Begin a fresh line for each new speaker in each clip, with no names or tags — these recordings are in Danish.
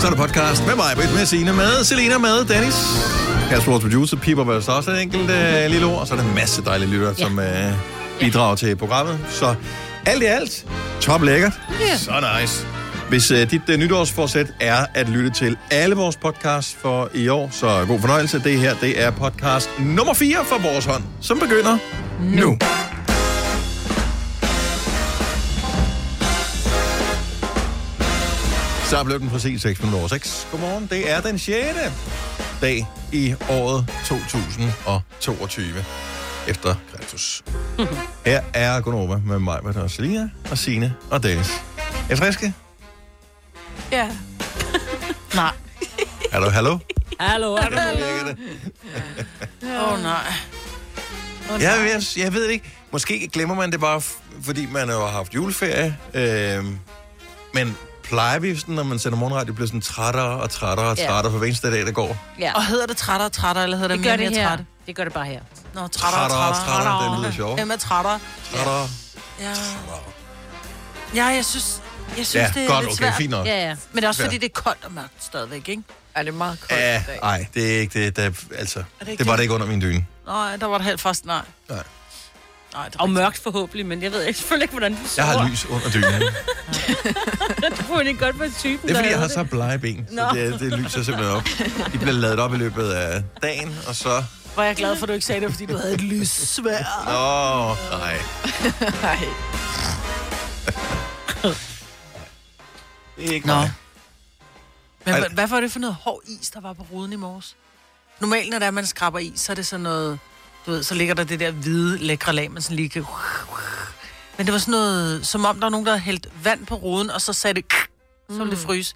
så er der podcast med mig, Britt, med Signe, med Selina, med Dennis. Kasper, vores producer, piper vel så også et enkelt øh, lille ord, og så er der en masse dejlige lyttere, ja. som øh, bidrager ja. til programmet. Så alt i alt, top lækkert.
Ja.
Så nice. Hvis øh, dit øh, nytårsforsæt er at lytte til alle vores podcasts for i år, så god fornøjelse. Det her, det er podcast nummer 4 fra vores hånd, som begynder nu. nu. Så blev den præcis 6 minutter over 6. Godmorgen, det er den 6. dag i året 2022 efter Kristus. Her er Gunova med mig, med og Selina og Signe og Dennis. Er I friske?
Ja.
Nej.
Er du hallo?
Hallo, er du
Jeg virker det.
Åh, oh, nej.
Ja, jeg, jeg ved det ikke. Måske glemmer man det bare, f- fordi man jo har haft juleferie. Øhm, men plejer vi, sådan, når man sender morgenradio, bliver sådan trættere og trættere og
Ja.
trættere for hver eneste dag, der går.
Ja.
Og hedder det trættere og trættere, eller hedder det,
Det gør
mere
det
mere
her.
trætte?
Det gør det bare her.
Nå, trættere og
Trættere og
trættere.
trættere, det lyder sjovt.
Emma trættere.
Trættere.
Ja.
trættere.
ja, jeg synes, jeg synes
Ja,
det er
godt,
lidt
okay,
svært.
fint nok.
Ja, ja.
Men det er også
Ja.
fordi, det er koldt og mørkt stadigvæk, ikke?
Er det meget koldt
Ja,
i dag?
nej, det er ikke det. Der, altså, det,
ikke
det var
det?
det ikke under min dyne.
Nej, der var det helt fast nej.
Nej.
Nej, det er
Og
rigtigt.
mørkt forhåbentlig, men jeg ved ikke, selvfølgelig ikke, hvordan du sover.
Jeg har lys under dynen.
Du kunne ikke godt være typen,
Det er fordi,
der
jeg har
havde
så blege ben, så
Nå.
det, det lyser simpelthen op. De bliver lavet op i løbet af dagen, og så...
Var jeg glad for, at du ikke sagde det, fordi du havde et lyssvær.
Åh, oh, nej.
Nej.
Det er ikke
Nå.
mig.
Men
Ej.
Ej. hvad var det for noget hård is, der var på ruden i morges? Normalt, når det er, man skraber is, så er det sådan noget... Du ved, så ligger der det der hvide, lækre lag, man sådan lige kan... Men det var sådan noget, som om der var nogen, der havde hældt vand på ruden, og så sagde det... Så ville det fryse.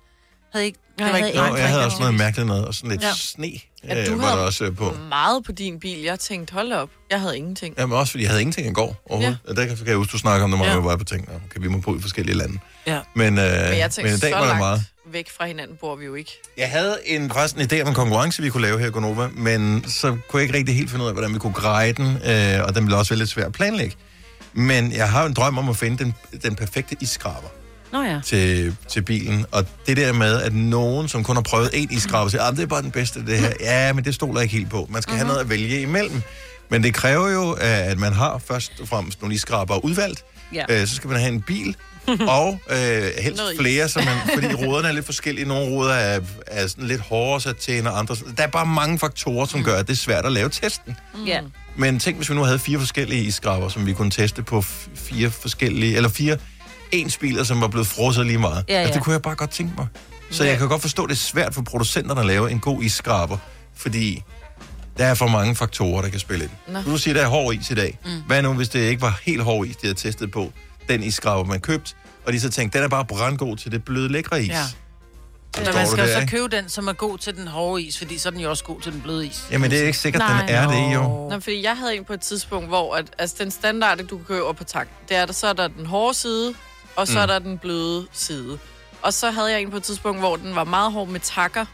Havde I ikke... Det
jeg
var
havde
ikke
ikke.
Nå,
nej,
jeg havde
nej,
også
nej.
noget mærkeligt noget, og sådan lidt ja.
Ja.
sne
Ja,
øh,
du
var
har-
der også øh, på.
Meget på din bil. Jeg tænkte, hold op. Jeg havde ingenting.
Jamen også, fordi jeg havde ingenting i går overhovedet. Ja. Der kan kan jeg huske, du snakker om det meget,
Ja.
ja. var på ting. nå, Okay, vi må bo i forskellige lande.
Ja.
Men, øh,
Men jeg tænkte,
men i dag
så
var der
langt
meget.
væk fra hinanden bor vi jo ikke.
Jeg havde en, faktisk en idé om en konkurrence, vi kunne lave her i Gonova, men så kunne jeg ikke rigtig helt finde ud af, hvordan vi kunne greje den, øh, og den ville også være lidt svær at planlægge. Men jeg har jo en drøm om at finde den, den perfekte isskraber
Nå ja.
til, til bilen, og det der med, at nogen, som kun har prøvet én isskraber, siger, at det er bare den bedste, det her. Ja, men det stoler jeg ikke helt på. Man skal mm-hmm. have noget at vælge imellem. Men det kræver jo, øh, at man har først og fremmest nogle isskraber udvalgt,
Ja.
øh, så skal man have en bil, og øh, helst
Noget is.
flere, så man, fordi ruderne er lidt forskellige. Nogle ruder er, er sådan lidt hårdere sat til end andre. Der er bare mange faktorer, som gør, at det er svært at lave testen.
ja.
Men tænk, hvis vi nu havde fire forskellige iskraber, som vi kunne teste på f- fire forskellige, eller fire ens biler, som var blevet frosset lige meget.
Ja,
Altså,
ja.
det kunne jeg bare godt tænke mig. Så jeg kan godt forstå, at det er svært for producenterne at lave en god iskraber, fordi der er for mange faktorer, der kan spille ind.
Nå.
Nå. Du siger, der er hård is i dag. Mm. Hvad nu, hvis det ikke var helt hård is, de havde testet på den iskraber, man købte, og de så tænkte, den er bare brandgod til det bløde, lækre is.
Ja.
Ja.
Men man skal jo så købe den, som er god til den hårde is, fordi så er den jo også god til den bløde is.
Jamen, det er ikke sikkert,
Nej,
den er det, jo.
Nå, fordi jeg havde en på et tidspunkt, hvor at, altså, den standard, du kan købe op på tanken, det er, at så er der den hårde side, og så mm. er der den bløde side. Og så havde jeg en på et tidspunkt, hvor den var meget hård med takker,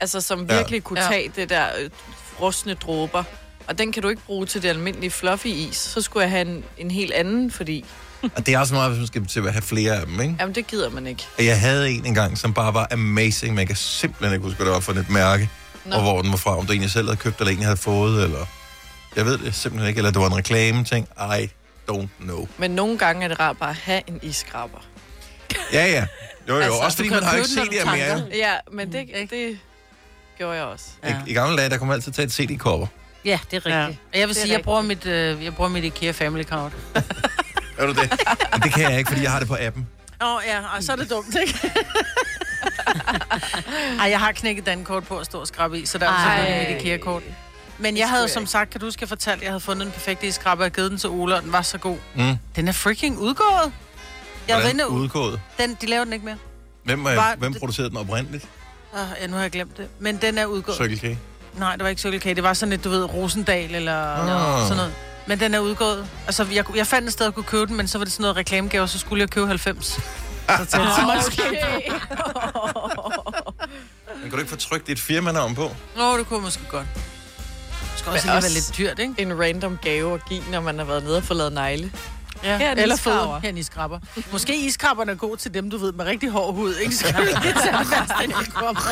altså som
Ja.
virkelig kunne
Ja.
tage det der øh, frosne dråber. Og den kan du ikke bruge til det almindelige fluffy is. Så skulle jeg have en, en helt anden, fordi
Og det er også meget, hvis man skal til at have flere af dem, ikke?
jamen, det gider man ikke.
Og jeg havde en engang, som bare var amazing, men jeg kan simpelthen ikke huske, hvad det var for et mærke, Nå.
Nå.
og hvor den var fra. Om det en, jeg selv havde købt, eller en, jeg havde fået, eller... Jeg ved det simpelthen ikke, eller det var en reklame ting. I don't know.
Men nogle gange er det rart bare at have en iskraber.
Ja, ja. Jo, jo. Altså,
Altså,
også fordi
du kan
man har jo
købe
ikke
den,
set det
når
her
du
mere.
tanker.
Ja, men det, mm. det gjorde jeg også.
Ja.
I, I gamle dage, der kunne man altid tage et CD-cover.
Ja, det er
Ja.
rigtigt.
Og Jeg vil
Det er
sige, jeg bruger, mit, øh, jeg bruger mit IKEA Family Card.
Er du det? Men det kan jeg ikke, fordi jeg har det på appen.
Åh, oh, ja, og så er det dumt, ikke? Ej, jeg har knækket dankort på at stå og skrabe i, så der er
Ej.
jo selvfølgelig mit IKEA-kort. Men jeg havde
skulle jeg
som
ikke.
sagt, kan du huske, jeg fortalte, at jeg havde fundet en perfekt iskrabe og givet den til Ole, og den var så god.
Mm.
Den er freaking udgået. Jeg
Hvordan
vender ud.
udgået?
Den, de laver den ikke mere.
Hvem,
Var-
var, hvem producerede den oprindeligt?
Ah, ja, nu har jeg glemt det. Men den er udgået.
Circle K?
Nej, det var ikke Circle K. Det var sådan lidt, du ved, Rosendal eller
Ah.
sådan noget. Men den er udgået. Altså, jeg, jeg fandt et sted at kunne købe den, men så var det sådan noget reklamegave, så skulle jeg købe 90. Så tænkte jeg, så måske
Okay.
Men kan du ikke få trykt dit firmanavn på?
Nå, det kunne måske godt. Det skal også lige
også-
være lidt dyrt, ikke?
en random gave at give, når man har været nede og fået lavet negle.
Ja,
Her er en
eller
iskraber.
fødder. Her er en iskrabber. Måske iskrabberne er gode til dem, du ved, med rigtig hård hud, ikke? Så kan det tage fast, den kommer.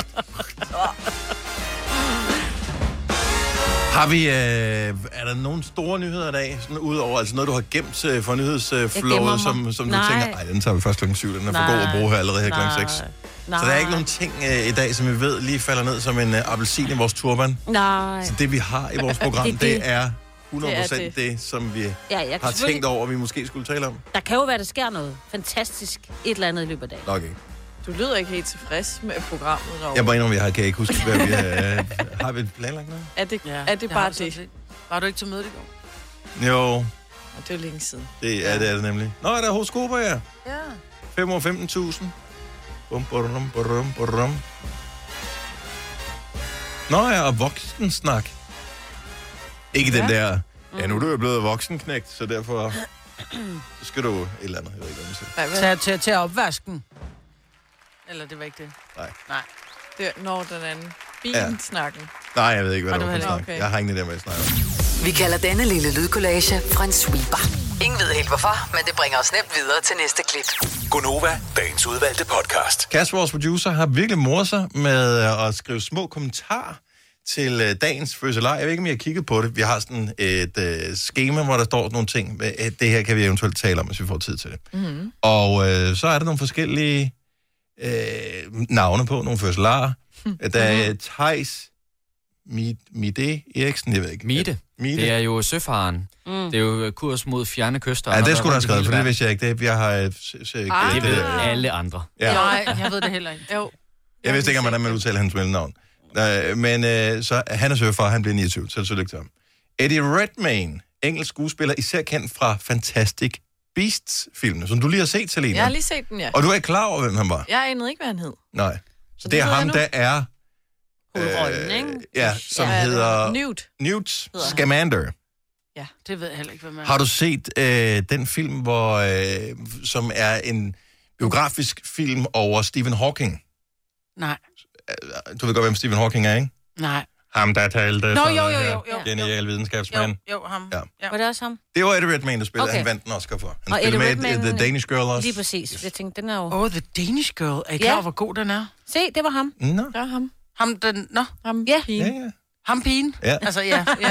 Har vi, øh, er der nogle store nyheder i dag, sådan udover, altså noget, du har gemt øh, for
gemmer
nyhedsflowet, som,
mig.
som du
Nej.
tænker, nej, den tager vi først klokken 7, den er for god at bruge her allerede her klokken 6.
Nej.
Så der er ikke nogen ting øh, i dag, som vi ved lige falder ned som en øh, appelsin i vores turban.
Nej.
Så det, vi har i vores program,
Det
det,
er det.
er 100% det,
Det er det.
det. det, som vi
Ja, jeg
har
kan
tænkt
selvfølgelig...
over, vi måske skulle tale om.
Der kan jo være, der sker noget fantastisk et eller andet i løbet af dagen.
Nok ikke.
Du lyder ikke helt tilfreds med programmet derovre.
Jeg må indrømme, jeg har- kan ikke huske, hvad vi har... har vi planlagt noget?
Er det, ja, er det
har
bare
du sådan
det?
set. Var du ikke til møde i går?
Jo,
Og det er jo længe siden.
det er det, er det nemlig. Nå, er der horoskoper, ja.
Ja.
5 år 15.000. Bum, bum, bum, bum. Nå ja, og voksensnak. Ikke ja. den der,
Mm.
ja, nu er du jo blevet voksenknægt, så derfor så skal du et eller andet. Jeg ved ikke, hvad man siger.
Nej, hvad?
Tag til, til opvasken. Eller det var ikke det.
Nej.
Nej.
Det, når den anden. Bilsnakken. Ja.
Nej, jeg ved ikke, hvad
Og
det
du
var
heller
for snak.
ikke. Okay.
Jeg har ingen idé, om, hvad jeg snakker om.
Vi kalder denne lille lydkollage Frans sweeper. Ingen ved helt hvorfor, men det bringer os nemt videre til næste klip.
Gunova, dagens udvalgte podcast.
Kasper, vores producer, har virkelig mordet sig med øh, at skrive små kommentarer til øh, dagens fødselar. Jeg ved ikke, om jeg har kigget på det. Vi har sådan et øh, schema, hvor der står sådan nogle ting. med, at Det her kan vi eventuelt tale om, hvis vi får tid til det. Mm-hmm. Og øh, så er der nogle forskellige øh, navne på, nogle fødselarer.
Hm.
Mm-hmm. Der er
Mhm.
Thijs Mide Eriksen, jeg ved ikke.
Mide.
Mide.
Det er jo søfaren. Mm. Det er jo kurs mod fjerne kyster.
Ja,
Og
det
der
skulle du have
er
skrevet, for det
hele
vidste jeg ikke. Det, jeg har... øh, s- s- øh.
Ah.
det
verden. Det
der.
ved alle andre.
Ja.
Nej, jeg ved det heller ikke.
Jo.
Jeg vidste ikke, om, hvordan man udtaler hans mellemnavn. Øh, men øh, så han er søfar, han bliver 29, så tillykke til ham. Eddie Redmayne, engelsk skuespiller, især kendt fra Fantastic Beasts-filmene, som du lige har set, Selina.
Jeg har lige set den, ja.
Og du er ikke klar over, hvem han var?
Jeg anede ikke, hvad han hed.
Nej. Så
det
det er
ved jeg
ham,
nu.
der er... øh,
Hovedrollen, ikke?
ja, som
Hvad
ja,
er det?
hedder
Newt.
Newt
hedder han.
Scamander.
Det ved jeg heller ikke, hvad man
Har du set øh, den film, hvor, øh, som er en biografisk film over Stephen Hawking?
Nej,
Øh, Du ved godt, hvem Stephen Hawking er, ikke?
nej.
Ham, der talte...
Nå,
sådan
jo, jo,
her.
jo, jo. jo.
Genial videnskabsmand.
Jo, jo, ham.
Ja.
Ja.
Var det også ham?
Det var Eddie Redmayne, der spillede. Okay.
Okay.
Han vandt en Oscar for. Han
Og
spillede
Eddie
med i
Redmayne- øh,
The Danish Girl også.
Lige præcis. Jeg tænkte, den er jo...
Oh, The Danish Girl. Er I klar
Ja.
over, hvor god den er?
Se, det var ham.
Nå.
Der er ham.
Ham, den, nå,
Ham.
Ja.
Ja,
Pigen.
ja.
ham pigen.
Ja.
Altså, ja. ja.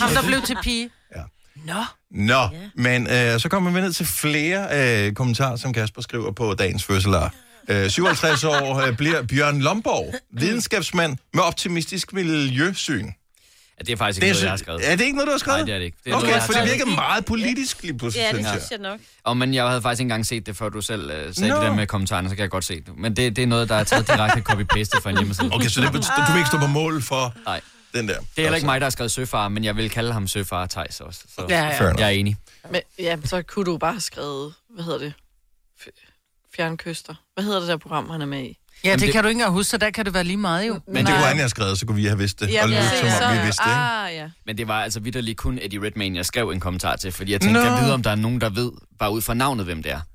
Ham, der blev til pige.
Ja.
Nå.
Nå, men øh, så kommer vi ned til flere øh, kommentarer, som Kasper skriver på dagens fødselar. Øh, 57 år øh, bliver Bjørn Lomborg videnskabsmand med optimistisk miljøsyn.
Ja, Altså, det er faktisk ikke det er, noget, jeg har skrevet.
er det ikke noget, du har skrevet?
Nej, det er det ikke. Det er
okay,
noget, jeg har
for det
skrevet.
virker meget politisk lige pludselig,
Ja, det
synes jeg.
synes jeg nok.
Og, men jeg havde faktisk ikke engang set det, før du selv øh, sagde
Nå.
no. det der med kommentarerne, så kan jeg godt se det. Men det, det er noget, der er taget direkte copy-paste fra en hjemmeside.
Okay, så det, bet- du vil ikke stå på mål for
Nej.
den der. Altså.
Det er heller ikke mig, der har skrevet søfar, men jeg vil kalde ham søfar Thijs også. Så
Ja,
Fair
ja.
enough.
jeg er enig.
Men, ja, så kunne du bare have skrevet, hvad hedder det? F- Fjernkyster. Hvad hedder det der program, han er med i?
Ja, det,
det-
kan du ikke engang huske, så der kan det være lige meget jo.
Men det kunne han have skrevet, så kunne vi have vidst det. og lyde,
præcis.
som om vi vidste det. ikke?
Ah, ja.
Men det var altså vidderligt kun Eddie Redmayne, jeg skrev en kommentar til, fordi jeg tænkte,
Nå.
no. jeg ved, om der er nogen, der ved, bare ud fra navnet, hvem det er.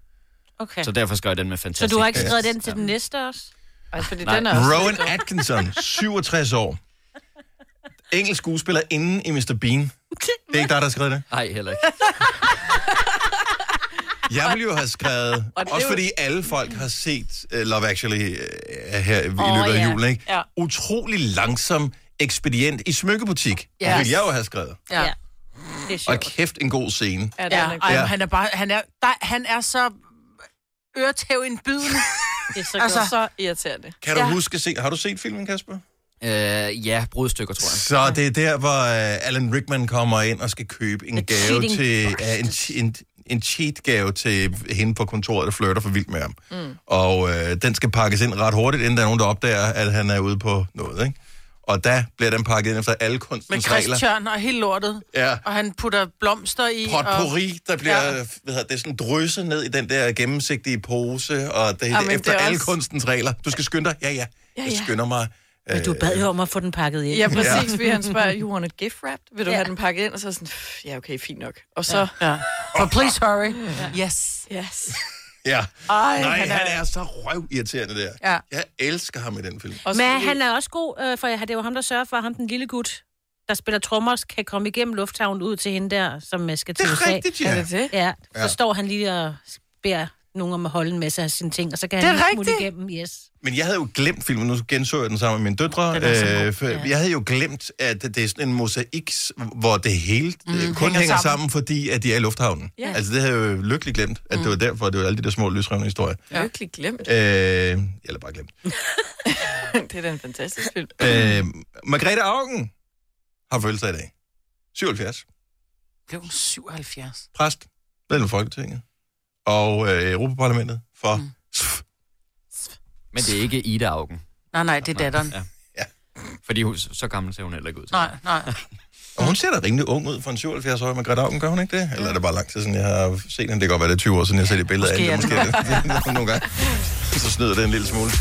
Okay.
Så derfor skrev jeg den med
Så
fantastisk.
du har ikke skrevet den til den næste også?
Ej, fordi
Nej.
den er også...
Rowan Atkinson, 67 år. Engelsk skuespiller inden i Mr. Bean. Det er ikke dig, der har skrevet det.
Nej, heller ikke.
Jeg ville jo have skrevet,
Og det er
også
jo-
fordi alle folk har set uh, Love Actually uh, her i løbet af
ja.
julen, ikke?
Ja.
Utrolig langsom ekspedient i smykkebutik. Det
Ja.
ville jeg jo have skrevet.
Ja. ja.
Det er
Og
sjovt.
kæft en god scene.
Ja, den
ja.
er
Ej,
god.
Ja.
men han er bare, han er, der, han er så øretæv indbydende.
Det er så
Altså,
altså,
Så irriterende.
Kan du
Ja.
huske se, har du set filmen, Kasper?
Øh, ja, brudstykker, tror jeg.
Så det er der, hvor uh, Alan Rickman kommer ind og skal købe en
A
gave
cheating
til... Uh, en, che- en, en cheat-gave til hende på kontoret, der flirter for vildt med ham. Mm. Og øh, den skal pakkes ind ret hurtigt, inden der er nogen, der opdager, at han er ude på noget, ikke? Og der bliver den pakket ind efter alle
Med
kunstens regler.
Christian og hele lortet.
Ja.
Og han putter blomster i. Og...
Potpourri, der bliver
Ja.
ja. hvad hedder det, sådan drysset ned i den der gennemsigtige pose, og det,
Jamen,
det
det er
efter alle
også-
kunstens regler. Du skal skynde dig. Ja, ja. ja, ja. Jeg
ja.
skynder mig.
Men du bad jo om at få den pakket ind.
Ja, præcis. Vi han spørger, you want it gift wrapped? Vil du
Ja.
have den pakket ind? Og så er jeg sådan, "Pff, ja, okay, fint nok. Og så,
Ja. For please hurry. Yes.
yes.
Ja.
Ej,
Nej, han er, så røvirriterende der.
Ja.
Jeg elsker ham i den film.
Også
Men
fordi-
han er også god, øh, for det var ham, der sørger for ham, den lille gut, der spiller trommer, kan komme igennem lufthavnen ud til hende der, som øh, skal til
Det
USA.
er rigtigt, ja.
Er det det?
Ja,
Ja.
så står han lige og beder nogen om at holde en masse af sine ting, og så kan han
Det er
lige smutte
rigtigt.
igennem, yes.
Men jeg havde jo glemt filmen, nu genså jeg den sammen med mine døtre.
Den er så god,
Øh, for,
ja.
Jeg havde jo glemt, at det er sådan en mosaik, hvor det hele mm, kun hænger
hænger
sammen.
sammen.
sammen, fordi at de er i lufthavnen. Ja. Altså det havde jeg jo lykkeligt glemt, at mm. det var derfor, at det var alle de der små lysrevne historier.
Ja. Lykkelig glemt.
Øh, eller bare glemt.
det er da en fantastisk film.
Øh, Margrethe Augen har følelser i dag. 77.
Blev hun 77?
Præst. Medlem af Folketinget. Og øh, Europaparlamentet for... Mm.
Men det er ikke Ida Augen.
Nej, nej, det er datteren.
Ja.
Ja.
Fordi hun, så gammel ser hun heller ikke ud til.
Nej, nej.
Og hun ser da rimelig ung ud for en 77-årig Margrethe Augen, gør hun ikke det? Eller er det bare lang tid siden, jeg har set hende? Det kan godt være, det er 20 år siden, jeg har set et billede af
Måske
hende.
er
Måske er det. det nogle gange. Så snyder det en lille smule.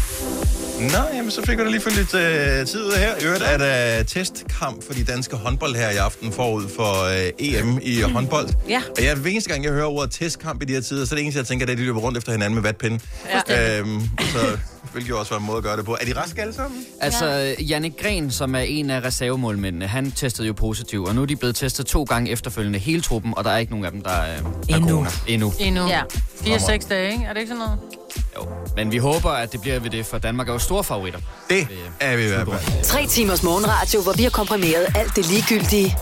Nå, jamen, så fik vi da lige fyldt lidt øh, tid ud her. I øvrigt er der testkamp for de danske håndbold her i aften forud for øh, EM i håndbold.
Ja.
Og jeg, hver eneste gang, jeg hører ordet testkamp i de her tider, så er det eneste, jeg tænker, det er, at de løber rundt efter hinanden med vatpinde. Ja. Øhm, så hvilket jo også var en måde at gøre det på. Er de raske alle sammen?
Altså, Janne Gren, som er en af reservemålmændene, han testede jo positiv, og nu er de blevet testet to gange efterfølgende hele truppen, og der er ikke nogen af dem, der er, der er
Endnu.
corona. Endnu.
Endnu.
Ja.
Ja. 4-6 dage, ikke? Er det ikke sådan noget?
Jo. Men vi håber, at det bliver ved det, for Danmark er jo store favoritter. øh,
Det er vi i hvert fald.
Tre timers morgenradio, hvor vi har komprimeret alt det ligegyldige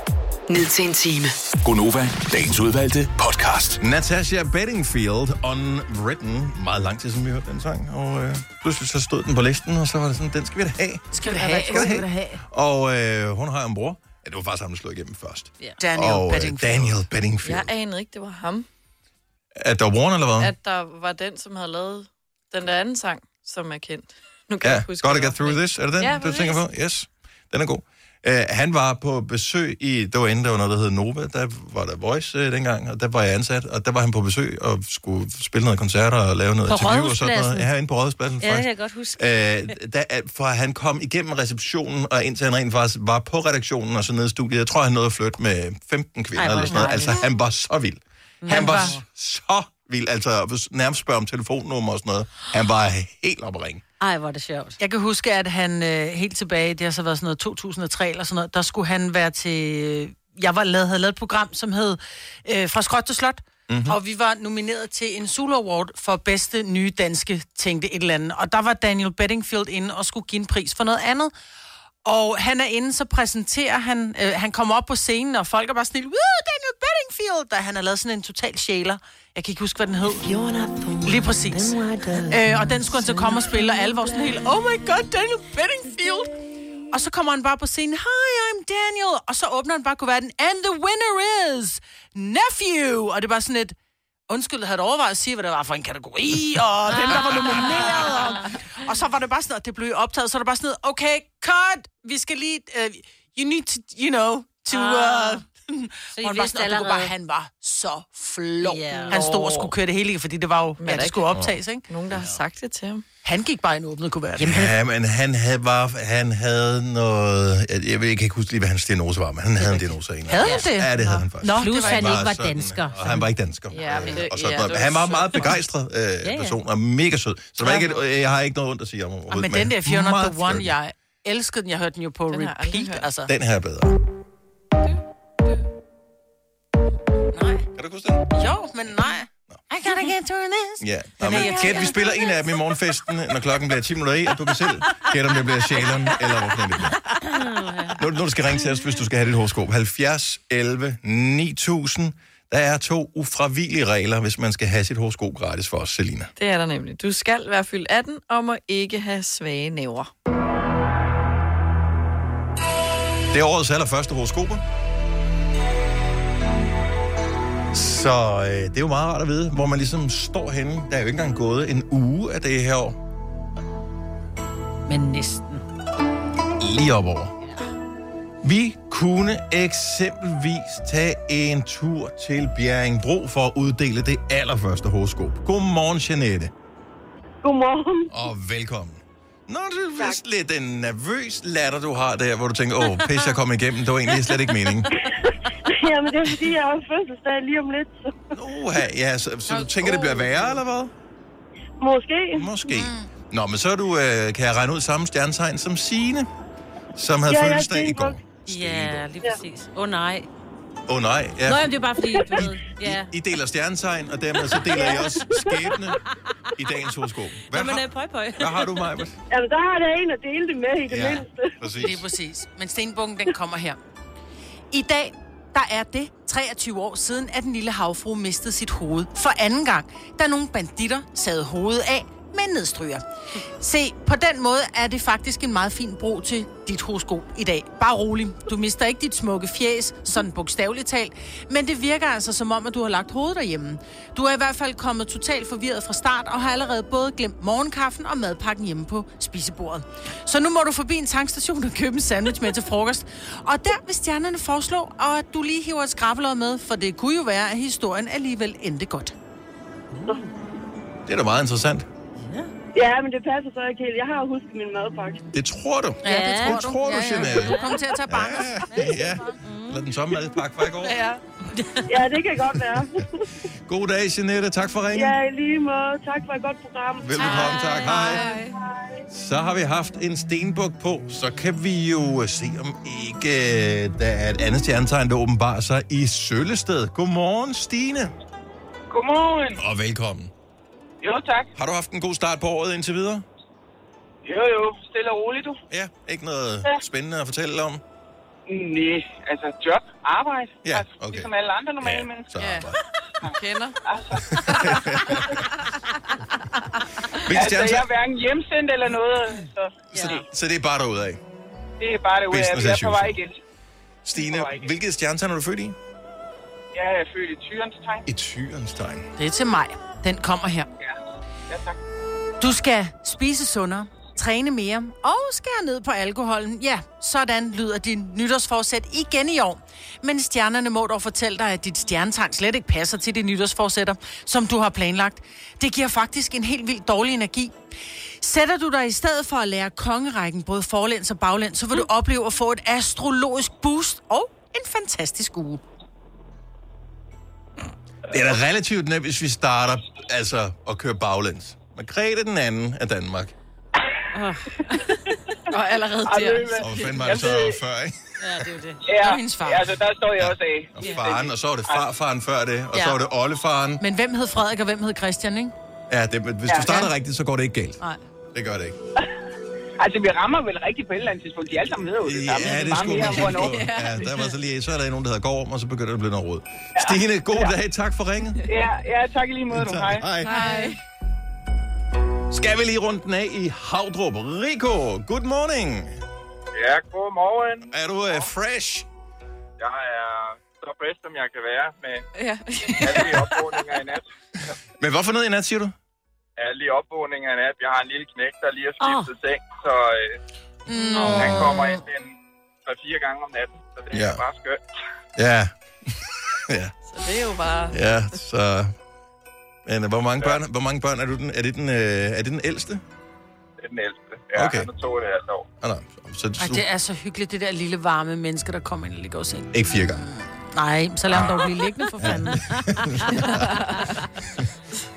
ned til en time.
Gonova, dagens udvalgte podcast.
Natasha Bedingfield, Unwritten. Meget lang tid, siden vi hørte den sang. Og øh, pludselig så stod den på listen, og så var det sådan, den skal vi da have.
Skal vi have?
Skal vi da have. Og øh, hun har en bror. Ja, det var faktisk ham, der slog igennem først.
Daniel
og,
oh,
øh,
Bedingfield.
Daniel Bedingfield.
Jeg
Ja.
anede ikke, det var ham.
Er der Warren, eller hvad?
At der var den, som havde lavet den der anden sang, som er kendt. Nu kan jeg
Ja,
ikke huske,
Gotta
hvad
Get Through
den-
This. Er det den,
Ja,
du
præcis.
tænker på? Yes, den er god. Uh, han var på besøg i, der var inden der var noget, der hed Nova, der var der Voice uh, dengang, og der var jeg ansat, og der var han på besøg og skulle spille noget koncerter og lave noget
På
interview og sådan noget.
Rådhuspladsen.
Ja, herinde på Rådhuspladsen,
Ja, det
Mm, faktisk.
kan jeg godt huske.
Øh, der, er- for han kom igennem receptionen, og indtil han rent faktisk var på redaktionen og så nede i studiet. Jeg tror, han nåede at flytte med 15 kvinder
Ej,
Ej,
hvor
eller sådan noget. Altså,
dejligt.
han var så vild. Han, han var,
var-
var så vild. Altså, hvis- nærmest spørge om telefonnummer og sådan noget. Han var helt oppe at ringe.
Ej, hvor er det sjovt.
Jeg kan huske, at han øh, helt tilbage, det har så været sådan noget 2003 eller sådan noget, der skulle han være til... øh, Jeg var lavet, havde lavet et program, som hed øh, Fra Skråt til Slot, mm-hmm. og vi var nomineret til en Zulu Award for bedste nye danske, tænkte et eller andet. Og der var Daniel Bedingfield inde og skulle give en pris for noget andet. Og han er inde, så præsenterer han, øh, han kommer op på scenen, og folk er bare sådan lidt, "Woo, Daniel Bedingfield, da han har lavet sådan en total sjæler. Jeg kan ikke huske, hvad den hed. Lige præcis. Øh, og den skulle han så komme og spille, og alle var sådan helt, oh my god, Daniel Bedingfield. Og så kommer han bare på scenen, hi, I'm Daniel. Og så åbner han bare kuverten, and the winner is nephew. Og det var sådan et, undskyld, jeg havde overvejet at sige, hvad det var for en kategori, og dem, der var nomineret. Og, og så var det bare sådan, at det blev optaget, så var det bare sådan, noget, okay, cut, vi skal lige, uh, you need to, you know, to...
Ah,
Uh, så
I
I
vidste
vidste allerede. Bare,
allerede.
han var så flov.
Ja.
Yeah. Han stod og skulle køre det hele, i, fordi det var jo,
er
ja,
der
det skulle optages, ikke?
Nogen, der har sagt det til ham.
Han gik bare i en åbnet kuvert. Jamen,
Ja, men han havde, var, han havde noget... Jeg, jeg, ved- jeg kan ikke huske lige, hvad hans diagnose var, men han havde en diagnose. af en eller
havde
anden.
han det?
Ja, det havde han faktisk.
Nå,
Plus,
det var
han
ikke...
ikke var
sådan-
dansker.
Og han var ikke dansker.
Ja, men
Øh,
det-
og sådan
ja,
noget.
det var
han var en
sødt.
meget begejstret øh,
ja.
person, og mega sød. Så der var ikke, et- jeg har ikke noget ondt at sige om overhovedet.
Og Ah, men den der If You're Not
meget
The One,
flirtende.
jeg elskede den. Jeg hørte den jo på
Den har jeg aldrig
repeat,
hørt.
altså.
Den her er bedre.
Nej.
Kan du huske den?
Jo, men nej. I gotta get through this.
Ja. Nå, men
er jeg
Kate, vi spiller en af dem i morgenfesten, når klokken bliver 10 minutter i, og du kan selv gætte, om det bliver sjæleren, eller hvor knæ det bliver. Nu, nu du skal ringe til os, hvis du skal have dit horoskop. 70 11 9000. Der er to ufravigelige regler, hvis man skal have sit horoskop gratis for os, Selina.
Det er der nemlig. Du skal være fyldt 18 og må ikke have svage næver.
Det er årets allerførste horoskoper. Så øh, det er jo meget rart at vide, hvor man ligesom står henne. Der er jo ikke engang gået en uge af det her år.
Men næsten.
Lige op over. Vi kunne eksempelvis tage en tur til Bjerringbro for at uddele det allerførste horoskop. Godmorgen, Jeanette.
Godmorgen.
Og velkommen. Nå, det er vist lidt en nervøs latter, du har der, hvor du tænker, åh, pis, jeg kom igennem. Det var egentlig slet ikke meningen.
Jamen, det er fordi, jeg har fødselsdag lige om lidt. så
Uha, ja, så, så du tænker, det bliver værre, eller hvad?
Måske.
Måske. Nå, men så er du, øh, kan jeg regne ud samme stjernetegn som Sine, som havde
Ja,
ja,
jeg
fødselsdag i
tænkte
går.
nok.
Ja, lige præcis. Åh oh, nej.
Åh oh, nej, ja.
Nå, jamen, det er bare fordi, du ved. Ja.
I deler stjernetegn, og dermed så deler I også skæbne i dagens horoskop. Hvad,
Nå, men øh,
har,
pøj, pøj.
hvad har du, Majbert?
Jamen, der har der en at dele det med i det mindste.
Det er
præcis.
præcis. Men stenbukken, den kommer her. I dag, der er det 23 år siden, at den lille havfru mistede sit hoved for anden gang, da nogle banditter sad hovedet af med nedstryger. Se, på den måde er det faktisk en meget fin brug til dit horoskop i dag. Bare rolig. Du mister ikke dit smukke fjes, sådan bogstaveligt talt, men det virker altså som om, at du har lagt hovedet derhjemme. Du er i hvert fald kommet totalt forvirret fra start og har allerede både glemt morgenkaffen og madpakken hjemme på spisebordet. Så nu må du forbi en tankstation og købe en sandwich med til frokost. Og der vil stjernerne foreslå, og at du lige hiver et skrabelod med, for det kunne jo være, at historien alligevel endte godt.
Det er da meget interessant.
Ja, men det passer så ikke helt. Jeg har husket min madpakke.
Det tror du.
Ja, det
det tror du, Jeanette.
Du kommer til at tage banker.
Ja, ja. Eller den samme madpakke var i går.
Ja.
Ja, det kan godt være.
God dag, Jeanette. Tak for ringen.
ja, i lige måde. Tak for et godt program.
Velbekomme, tak. Hej. Så har vi haft en stenbuk på, så kan vi jo øh, se, om ikke øh, der er et andet stjernetegn, der åbenbarer sig i Søllested. Godmorgen, Stine.
Godmorgen.
Og velkommen.
Jo, tak.
Har du haft en god start på året indtil videre?
Jo, jo. Stille og roligt, du.
Ja, ikke noget
Ja.
spændende at fortælle om?
Nej, altså job, arbejde.
Ja,
altså,
okay.
Ligesom alle andre normale
Ja,
mennesker. Altså.
så
Ja.
arbejde.
Kender.
Hvilket
Altså, jeg er
stjernetegn?
hverken hjemsendt eller noget, så
Så, så det er bare derudad.
det er bare det ud af, at
Business
jeg
as
er på vej
usual.
igen.
Stine,
Alright.
hvilket stjernetegn er du født i?
Jeg er født i tyrens tegn.
I tyrens tegn.
Det er til mig. Den kommer her.
Ja. ja, tak.
Du skal spise sundere, træne mere og skære ned på alkoholen. Ja, sådan lyder din nytårsforsæt igen i år. Men stjernerne må dog fortælle dig, at dit stjernetegn slet ikke passer til de nytårsforsætter, som du har planlagt. Det giver faktisk en helt vildt dårlig energi. Sætter du dig i stedet for at lære kongerækken både forlæns og baglæns, så vil du
Mm.
opleve at få et astrologisk boost og en fantastisk uge.
Det er da relativt nemt, hvis vi starter altså, at køre baglæns. Margrethe den anden af Danmark.
Og allerede
Ej,
der.
ved I hvad?
Og hvad fanden var det så før, ikke?
Ja, det er jo det.
Ja,
Og hendes far.
altså der står jeg også af. Altså,
Og faren, og så var det farfaren før det, og så var det oldefaren.
Men hvem hed Frederik, og hvem hed Christian, ikke?
Ja, det, men hvis du starter rigtigt, så går det ikke galt.
Nej.
Det gør det ikke.
Altså, vi rammer vel rigtigt på et eller andet tidspunkt. De alle sammen hedder jo det samme.
Ja,
er
det
bare
skulle
mere,
man kigge
hvornår.
på. Ja, der var så lige, så er der nogen, der hedder Gorm, og så begynder det at blive noget råd. Stine, god dag. Tak for ringet.
Ja, ja, tak i lige måde, du.
Tak.
Hej.
Hej. Skal vi lige rundt den af i Havdrup. Rico, good morning.
Ja, godmorgen.
Er du uh, fresh?
Jeg er så bedst, som jeg kan være med
Ja.
alle de opvågninger i nat.
Men hvorfor ned i nat, siger du?
alle de opvågninger i nat. Jeg har en lille knæk, der lige har skiftet oh. seng, så øh,
Nå.
han kommer ind en 3-4 gange om natten. Så det
Ja.
er bare skønt.
Ja,
Så det er jo bare...
ja, så... Men øh, hvor mange børn, hvor mange børn er du den? Er det den, øh, er det den ældste?
Det er den ældste. Ja,
Okay.
okay. han er to og et halvt år.
Ah, nej. Så,
Ej,
så,
det er så hyggeligt, det der lille varme menneske, der kommer ind og ligger Ah. hos en.
ikke fire gange.
Nej, så lad ham dog blive liggende for fanden.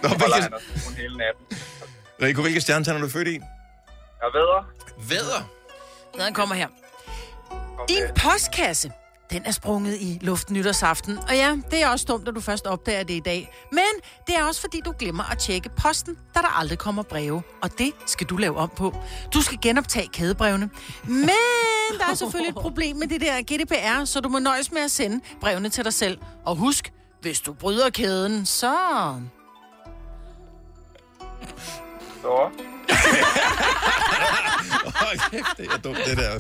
Nå,
Og leger
hvilket,
han også hun hele natten.
Rico, hvilke stjernetegn er du født i?
Jeg ved,
Vædder.
Nå, den kommer her.
om
Din
det-
postkasse, den er sprunget i luften nytårsaften. Og ja, det er også dumt, at du først opdager det i dag. Men det er også fordi, du glemmer at tjekke posten, da der aldrig kommer breve. Og det skal du lave om på. Du skal genoptage kædebrevene. Men der er selvfølgelig et problem med det der GDPR, så du må nøjes med at sende brevene til dig selv. Og husk, hvis du bryder kæden, så...
så.
Åh, kæft, det er dumt, det der.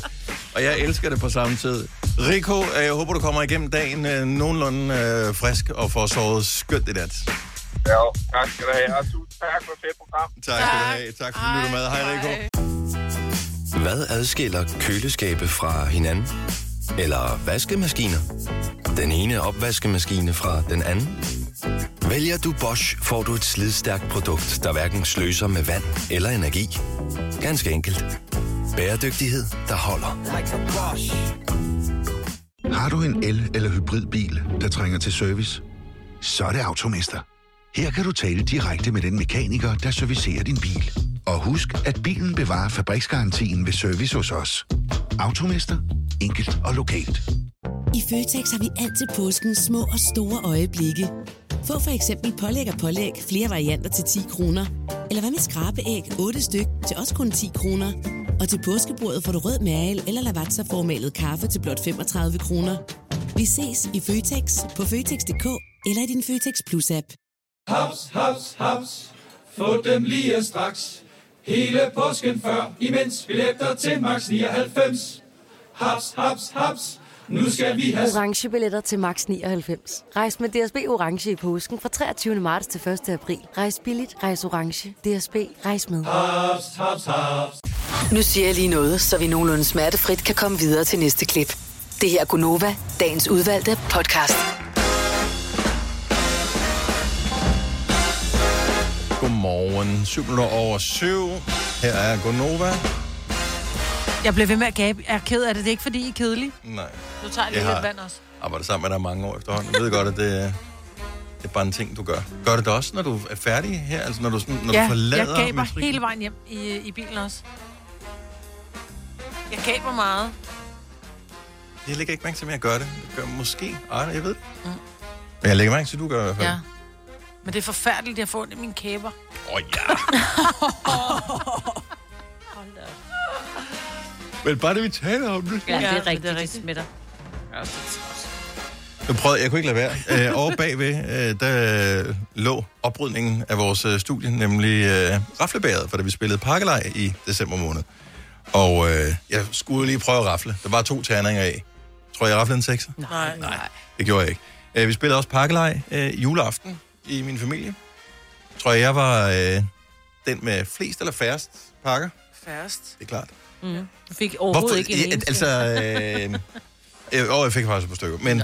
Og jeg elsker det på samme tid. Rico, øh, jeg håber, du kommer igennem dagen øh, nogenlunde øh, frisk og får sovet skønt i nat.
Ja, tak skal du
Øh,
have. Og tusind tak for et fedt program.
Tak, tak. Have. tak for at du lyttede med. Hej, Rico.
Hvad adskiller køleskabe fra hinanden? Eller vaskemaskiner? Den ene opvaskemaskine fra den anden? Vælger du Bosch, får du et slidstærkt produkt, der hverken sløser med vand eller energi. Ganske enkelt. Bæredygtighed, der holder.
Har du en el- eller hybridbil, der trænger til service? Så er det Automester. Her kan du tale direkte med den mekaniker, der servicerer din bil. Og husk, at bilen bevarer fabriksgarantien ved service hos os. Automester. enkelt og lokalt.
I Føtex har vi altid påsken små og store øjeblikke. Få for eksempel pålæg og pålæg flere varianter til 10 kroner. Eller hvad med skrabeæg 8 styk til også kun 10 kroner. Og til påskebordet får du rød mal eller lavatserformalet kaffe til blot 35 kroner. Vi ses i Føtex på Føtex.dk eller i din Føtex Plus-app.
Haps, haps, haps. Få dem lige straks. Hele påsken før, imens billetter til max 99. Haps, haps, haps. Nu skal vi have...
orange billetter til max 99. Rejs med DSB orange i påsken fra 23. marts til 1. april. Rejs billigt, rejs orange. DSB rejs med.
Haps, haps, haps.
Nu siger jeg lige noget, så vi nogenlunde smertefrit kan komme videre til næste klip. Det her er Gunova, dagens udvalgte podcast.
Godmorgen. 7 minutter over 7. Her er Gonova.
Jeg bliver ved med at gabe. Jeg er ked af det. Det er ikke, fordi I er kedelige.
Nej.
Nu tager jeg lige
Jeg
har...
har-
lidt vand også.
Arbejder sammen med dig mange år efterhånden. Jeg ved godt, at det, er- det er bare en ting, du gør. Gør det da også, når du er færdig her? Altså, når du, sådan, når
ja,
du forlader
jeg gaber
matrikken?
hele vejen hjem i, i bilen også. Jeg gaber meget.
Jeg lægger ikke mærke til, at jeg gør det. Jeg gør måske. Ej, jeg ved. Mm. Men jeg lægger mærke til, at du gør i hvert fald.
Ja. Men det er forfærdeligt, at jeg får ondt i mine kæber.
Åh, oh, ja. Men bare det, vi taler om det.
Ja, det er
Det
rigtigt,
er
det smitter.
Jeg prøvede, jeg kunne ikke lade være. Øh, over bagved, øh, der øh, lå oprydningen af vores øh, studie, nemlig øh, raflebæret, for da vi spillede pakkelej i december måned. Og øh, jeg skulle lige prøve at rafle. Der var to terninger af. Tror jeg, jeg raflede en sekser?
Nej.
Nej, det gjorde jeg ikke. Øh, vi spillede også pakkelej øh, juleaften i min familie. Tror jeg, jeg var øh, den med flest eller færrest pakker.
Færrest.
Det er klart.
Mm. Du fik overhovedet ikke en
Ja,
eneste.
Altså, øh, øh, åh, jeg fik faktisk et par stykker. Men,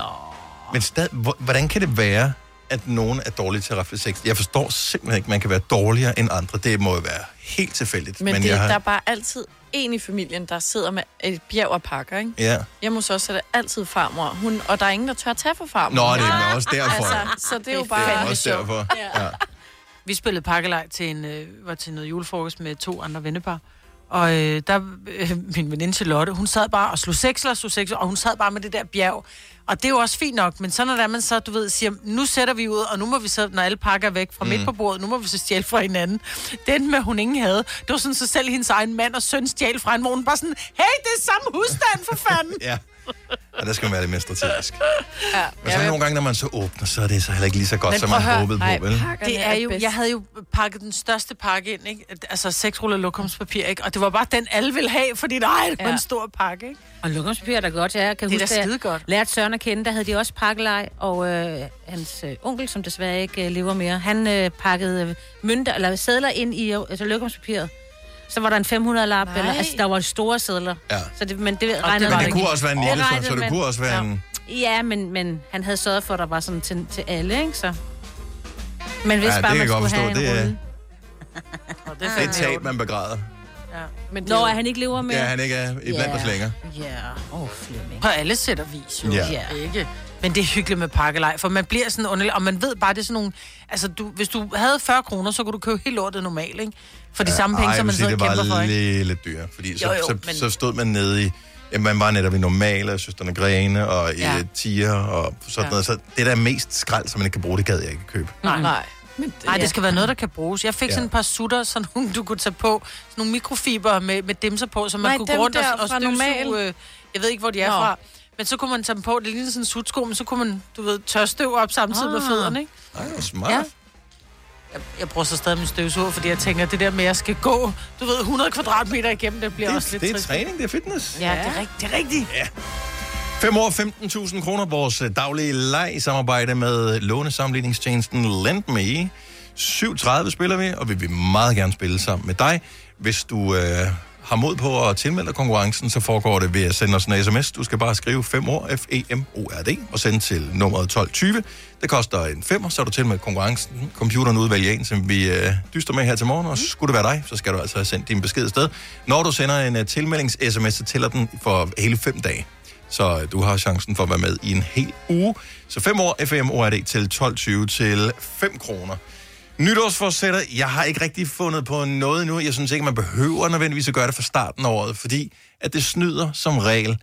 men stad, hvor- hvordan kan det være, at nogen er dårlige til at rafle sex? Jeg forstår simpelthen ikke, at man kan være dårligere end andre. Det må jo være helt tilfældigt.
Men, men det,
jeg
der er bare altid en i familien, der sidder med et bjerg og pakker, ikke?
Ja.
Hjemme hos os er det altid farmor, hun, og der er ingen, der tør tage for farmor.
Nå, det er også derfor.
Altså, så det er jo
Det er
bare...
fandme
Også derfor. Ja.
Vi spillede pakkelej til, en, øh, var til noget julefrokost med to andre vennepar. Og øh, der, øh, min veninde Charlotte, hun sad bare og slog seksler, slog seksler, og hun sad bare med det der bjerg. Og det er jo også fint nok, men så når det er, man så, du ved, siger, nu sætter vi ud, og nu må vi så, når alle pakker er væk fra mm. midt på bordet, nu må vi så stjæle fra hinanden. Den med hun ingen havde, det var sådan, så selv hendes egen mand og søn stjal fra en morgen, bare sådan, hey, det er samme husstand for fanden.
ja. Og der skal man være lidt mere strategisk.
ja.
Men så er der nogle gange, når man så åbner, så er det så heller ikke lige så godt,
Men
som
prøv
man
at høre,
håbede
nej,
på, vel?
pakkerne Det er jo, jeg havde jo pakket den største pakke ind, ikke? Altså seks ruller lokumspapir, ikke? Og det var bare den, alle ville have, fordi nej, det var
Ja.
en stor pakke, ikke?
Og lokumspapir er da godt, ja. Jeg kan
Det er
huske,
da
da jeg
skidegodt.
lærte Søren at kende, der havde de også pakkelej, og øh, hans øh, onkel, som desværre ikke øh, lever mere, han øh, pakkede øh, mønter, eller sædler ind i øh, altså, lokumspapiret. Så var der en 500-lap, eller, altså der var store sædler.
Ja.
Så det, men det regnede
men
man
det
ikke.
kunne også være en lille,
Det
så,
regnede
så det
man-
kunne også være en...
Ja, men, men han havde sørget for, at der var sådan til, til alle, ikke? Så. Men hvis
Ja,
ja, bare man
det kan jeg godt
skulle have
forstå.
en
Det er-
rulle.
Det er et tab, man begræder.
Ja.
Men Nå, at han ikke lever mere.
Ja, han ikke er iblandt
Ja.
os længere.
Ja. Åh, oh, Flemming. På alle sætter vis, jo.
Ja.
Ja. ja. Ikke? Men det er hyggeligt med pakkelej, for man bliver sådan underlig, og man ved bare, det er sådan nogle... Altså, du, hvis du havde 40 kroner, så kunne du købe helt lortet normalt, ikke? For de samme penge,
ej,
som man
jeg vil
sidder og
sige,
kæmper for, ikke?
Det var lidt, lidt dyrere, fordi så,
Jo, jo,
så,
men-
så stod man nede i... Ja, man var netop i normale, søsterne Grene og i
Ja.
ja. Tiger og sådan
Ja.
ja. noget. Så det der er mest skrald, som man ikke kan bruge, det gad jeg ikke købe.
Nej. Nej. Men det, Ej, det skal være noget, der kan bruges. Jeg fik
Ja.
ja. sådan et par sutter, sådan nogle, du kunne tage på. Sådan nogle mikrofiber med, med dimser på, så man
Nej,
kunne
dem
gå rundt og,
der
og
fra
støvsuge.
normal.
Øh, jeg ved ikke, hvor de er
Nå.
Nå. fra. Men så kunne man tage dem på. Det lignede sådan en sutsko, men så kunne man, du ved, tørre støv op samtidig ah. med
Ah.
fødderne, ikke?
Ej, hvor smart.
Ja. Jeg, jeg bruger så stadig min støvsuger, fordi jeg tænker, det der med, at jeg skal gå, du ved, 100 kvadratmeter igennem, det bliver
Det,
også lidt
det er
trist.
træning, det er fitness.
Ja, det er rigtigt. Det er rigtigt.
Ja. 5 år 15.000 kroner, vores øh, daglige leg i samarbejde med lånesamligningstjenesten LendMe. 7.30 spiller vi, og vi vil meget gerne spille sammen med dig. Hvis du øh, har mod på at tilmelde dig konkurrencen, så foregår det ved at sende os en sms. Du skal bare skrive 5 år, F-E-M-O-R-D, og sende til nummeret 1220. Det koster en 5, så er du tilmeldt konkurrencen. Computeren udvælger en, som vi øh, dyster med her til morgen, og skulle det være dig, så skal du altså have sendt din besked afsted. Når du sender en øh, tilmeldings-sms, så tæller den for hele 5 dage. Så øh, du har chancen for at være med i en hel uge. Så 5 år FM ORD til 12.20 til 5 kroner. Nytårsforsætter, jeg har ikke rigtig fundet på noget endnu. Jeg synes ikke, man behøver nødvendigvis at gøre det fra starten af året, fordi at det snyder som regel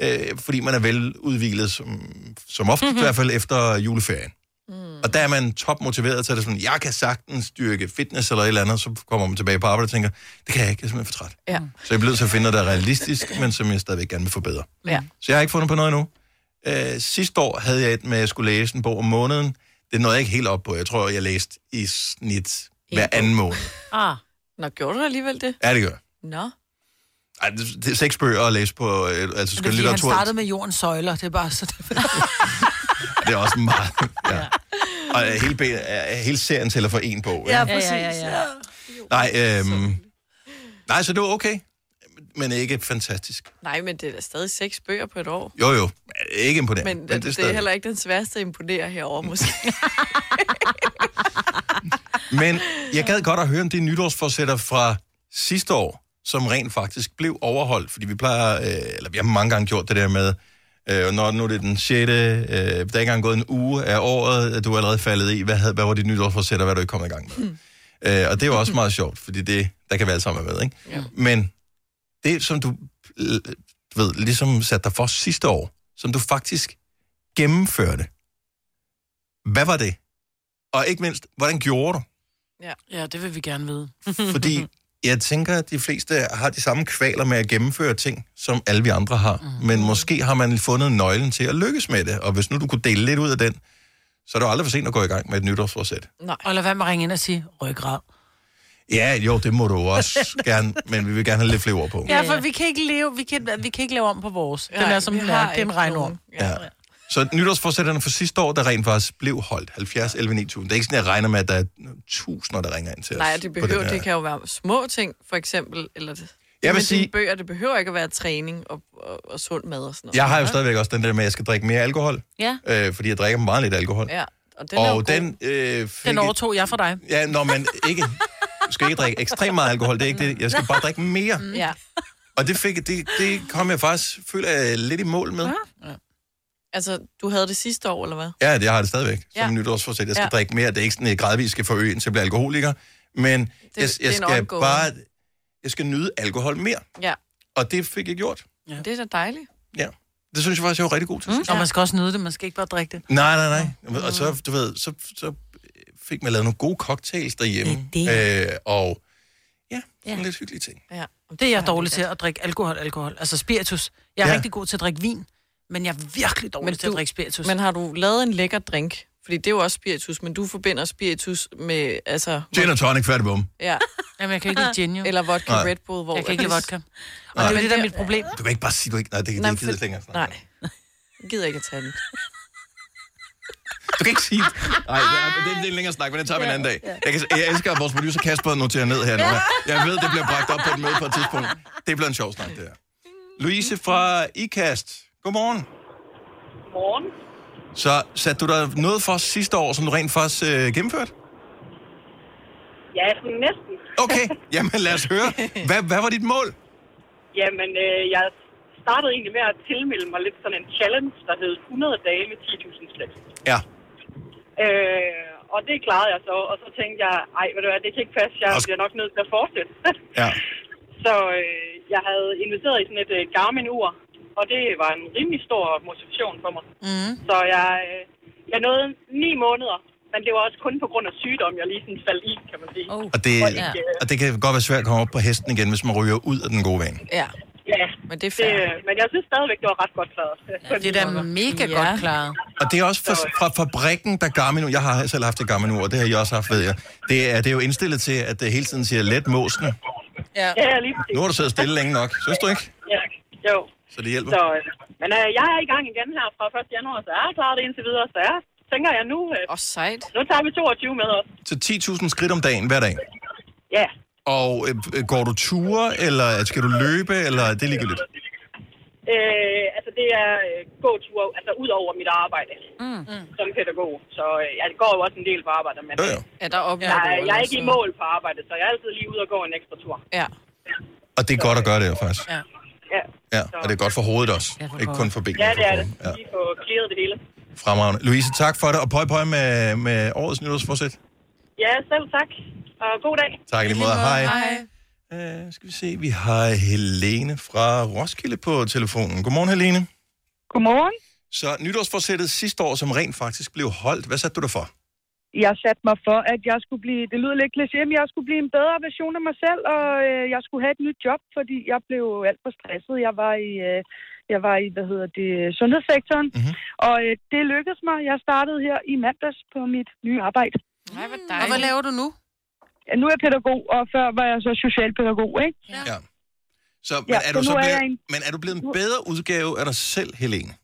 øh, fordi man er veludvilet, som, som ofte mm-hmm. i hvert fald efter juleferien. Mm. Og der er man topmotiveret til det sådan, jeg kan sagtens dyrke fitness eller et eller andet, så kommer man tilbage på arbejde og tænker, det kan jeg ikke, jeg er simpelthen for træt.
Ja.
Så jeg bliver nødt til at finde noget, der er realistisk, men som jeg stadigvæk gerne vil forbedre.
ja.
Så jeg har ikke fundet på noget endnu. Øh, sidste år havde jeg et med, at jeg skulle læse en bog om måneden. Det nåede jeg ikke helt op på. Jeg tror, jeg læste i snit hver anden måned.
Ah. Nå, gjorde du alligevel det?
Ja, det gør jeg.
Nå.
Ej, det, det er seks bøger at læse på, øh, altså
Det er
skøn
fordi, han
litteratur.
startede med jordens søjler. Det er bare så...
Det er også meget. ja. Og øh, hele, be- øh, hele serien tæller for én bog. ikke?
ja.
Nej, øhm, nej, så det var okay, men ikke fantastisk.
Nej, men det er da stadig seks bøger på et år.
Jo, jo, ikke imponerende.
Men, men det, det er
stadig- Mm.
heller ikke den sværeste at imponere herovre, måske.
Men jeg gad godt at høre om de nytårsforsætter fra sidste år, som rent faktisk blev overholdt. Fordi vi plejer, øh, eller vi har mange gange gjort det der med, øh, når nu er det den 6. Øh, der er ikke engang gået en uge af året, at du er allerede faldet i. Hvad, havde, hvad var dit nytårsforsætter, hvad er du ikke kommet i gang med?
Hmm.
Øh, og det er jo også meget sjovt, fordi det, der kan vi alle sammen være med, ikke?
Ja.
Men det, som du, øh, du ved, ligesom satte dig for sidste år, som du faktisk gennemførte, hvad var det? Og ikke mindst, hvordan gjorde du?
Ja.
ja, det vil vi gerne vide.
Fordi jeg tænker, at de fleste har de samme kvaler med at gennemføre ting, som alle vi andre har. Mm. Men måske har man fundet nøglen til at lykkes med det. Og hvis nu du kunne dele lidt ud af den, så er det jo aldrig for sent at gå i gang med et nytårsforsæt.
Nej.
Og lad være med at ringe ind og sige ryggrad.
Ja, jo, det må du jo også gerne, men vi vil gerne have lidt flere ord på.
Ja, for vi kan ikke leve, vi kan, vi kan ikke lave om på vores. Den
Nej,
er som
vi
den
har
er. Det er en
ikke
regnorm.
Ja. Så nytårsforsætterne for sidste år, der rent faktisk blev holdt 70, 11, 9000. Det er ikke sådan, jeg regner med, at der er tusinder, der ringer ind til os.
Nej, det
på den
behøver,
her.
det kan jo være små ting, for eksempel. Eller det.
Jeg vil
Men
sige-
dine bøger, det behøver ikke at være træning og, og, og sund mad og sådan noget.
Jeg har jo stadigvæk også den der med, at jeg skal drikke mere alkohol.
Ja.
Øh, fordi jeg drikker meget lidt alkohol.
Ja, og den er jo
og
god.
den, øh, fik
Den
et-
overtog jeg for dig.
Ja, når man ikke... Du skal ikke drikke ekstremt meget alkohol, det er ikke det. Jeg skal bare drikke mere.
Mm.
Ja.
Og det, fik, det, det kom jeg faktisk, føler jeg, lidt i mål med.
Altså, du havde det sidste år, eller hvad?
Ja, det jeg har det stadigvæk, som
Ja.
ja. nytårsforsæt. Jeg skal
Ja.
ja. drikke mere. Det er ikke sådan, at jeg gradvist skal forøge, indtil jeg bliver alkoholiker. Men det, jeg,
det er
jeg
en
skal
ongoing.
bare... Jeg skal nyde alkohol mere.
Ja.
Og det fik jeg gjort.
ja. Det er da dejligt.
Ja. Det synes jeg faktisk, jeg var rigtig god til. Mm.
Og man skal også nyde det, man skal ikke bare drikke det.
Nej, nej, nej. Og så, du ved, så, så fik man lavet nogle gode cocktails derhjemme.
Det er
Øh, og ja, sådan
Ja.
lidt hyggelige ting.
Ja.
Det er jeg dårlig til at drikke alkohol, alkohol. Altså spiritus. Jeg er
Ja.
ja. rigtig god til at drikke vin, men jeg er virkelig dårlig
Men
til at
du-
drikke spiritus.
Men har du lavet en lækker drink? Fordi det er jo også spiritus, men du forbinder spiritus med, altså...
Gin og tonic, færdig bum.
Ja.
Jamen, jeg kan ikke lide gin, jo.
Eller vodka
Nej.
Red Bull, hvor...
Jeg kan ikke lide
at-
vodka. Og det er jo det, der er mit problem.
Du kan ikke bare sige, du ikke... Nej, det,
Nej,
det gider jeg
for-
ikke engang.
Nej. Jeg gider ikke at tage den.
Du kan ikke sige... Nej, det er en længere snak, men det tager vi en anden dag. Jeg, kan, jeg elsker, at vores producer Kasper noterer ned her nu. her. Jeg ved, det bliver bragt op på et møde på et tidspunkt. Det bliver en sjov snak, det her. Louise fra IKAST. Godmorgen.
Morgen.
Så satte du dig noget for sidste år, som du rent faktisk øh, gennemførte?
Ja, sådan næsten.
Okay, jamen lad os høre. Hvad, hvad var dit mål?
Jamen, øh, jeg startede egentlig med at tilmelde mig lidt sådan en challenge, der hed 100 dage med 10.000 slet.
Ja.
Øh, og det klarede jeg så, og så tænkte jeg, ej, ved du hvad, det kan ikke passe, jeg bliver nok nødt til at fortsætte.
Ja.
så øh, jeg havde investeret i sådan et øh, Garmin-ur, og det var en rimelig stor motivation for mig.
Mm.
Så jeg, øh, jeg nåede ni måneder, men det var også kun på grund af sygdom, jeg lige sådan faldt i, kan man sige. Oh.
Og det, og det kan godt være svært at komme op på hesten igen, hvis man ryger ud af den gode vane.
Ja.
Ja,
men det er
det, Men jeg synes stadigvæk, det var ret godt klaret.
Det er da mega ja. godt klaret.
Og det er også fra, fra fabrikken, der Garmin... Jeg har selv haft et Garmin ur, og det har jeg også haft, ved jeg. Det er, det er jo indstillet til, at det hele tiden siger let måsene.
Ja, ja lige præcis.
Nu har du siddet stille længe nok, synes du ikke?
Ja, jo.
Så det hjælper.
Så, øh, men øh, jeg er i gang igen her fra 1. januar, så jeg har klaret det indtil videre, så jeg tænker jeg nu... Øh,
og sejt.
Nu tager vi 22 med os.
Så 10.000 skridt om dagen, hver dag.
Ja,
Og øh, øh, går du ture, eller skal du løbe, eller er det ligegyldigt?
øh, altså det er øh, gåtur, altså ud over mit arbejde mm. som pædagog. Så øh, jeg går jo også en del på arbejde, men øh,
Ja, der oplever
jeg,
du jo
jeg er
lidt,
ikke i
så-
mål på arbejde, så jeg er altid lige ude og gå en ekstra tur.
Ja.
Og det er godt at gøre det jo, faktisk.
Ja.
Ja,
Ja, og det er godt for hovedet også. Ikke kun for benene.
ja det
for
er det.
kroppen. Ja,
Lige få clearet det hele.
fremragende. Louise, tak for det, og pøj pøj med, med årets nytårsforsæt.
Ja, selv tak. Og god dag.
Tak i lige måde. Hej. Uh, skal vi se, vi har Helene fra Roskilde på telefonen. Godmorgen, Helene.
Godmorgen.
Så nytårsforsættet sidste år, som rent faktisk blev holdt, hvad satte du dig for?
Jeg satte mig for, at jeg skulle blive, det lyder lidt kliché, men jeg skulle blive en bedre version af mig selv, og øh, jeg skulle have et nyt job, fordi jeg blev jo alt for stresset. Jeg var i, øh, jeg var i hvad hedder det, sundhedssektoren,
Mhm.
mm-hmm. og øh, det lykkedes mig. Jeg startede her i mandags på mit nye arbejde.
Nej, hvor
Og hvad laver du nu?
Ja, Nu er jeg pædagog, og før var jeg så socialpædagog, ikke?
Ja. ja. Så, men,
Ja,
er du
så
så
nu er
blevet,
jeg en-
men er du blevet en bedre udgave af dig selv, Helene?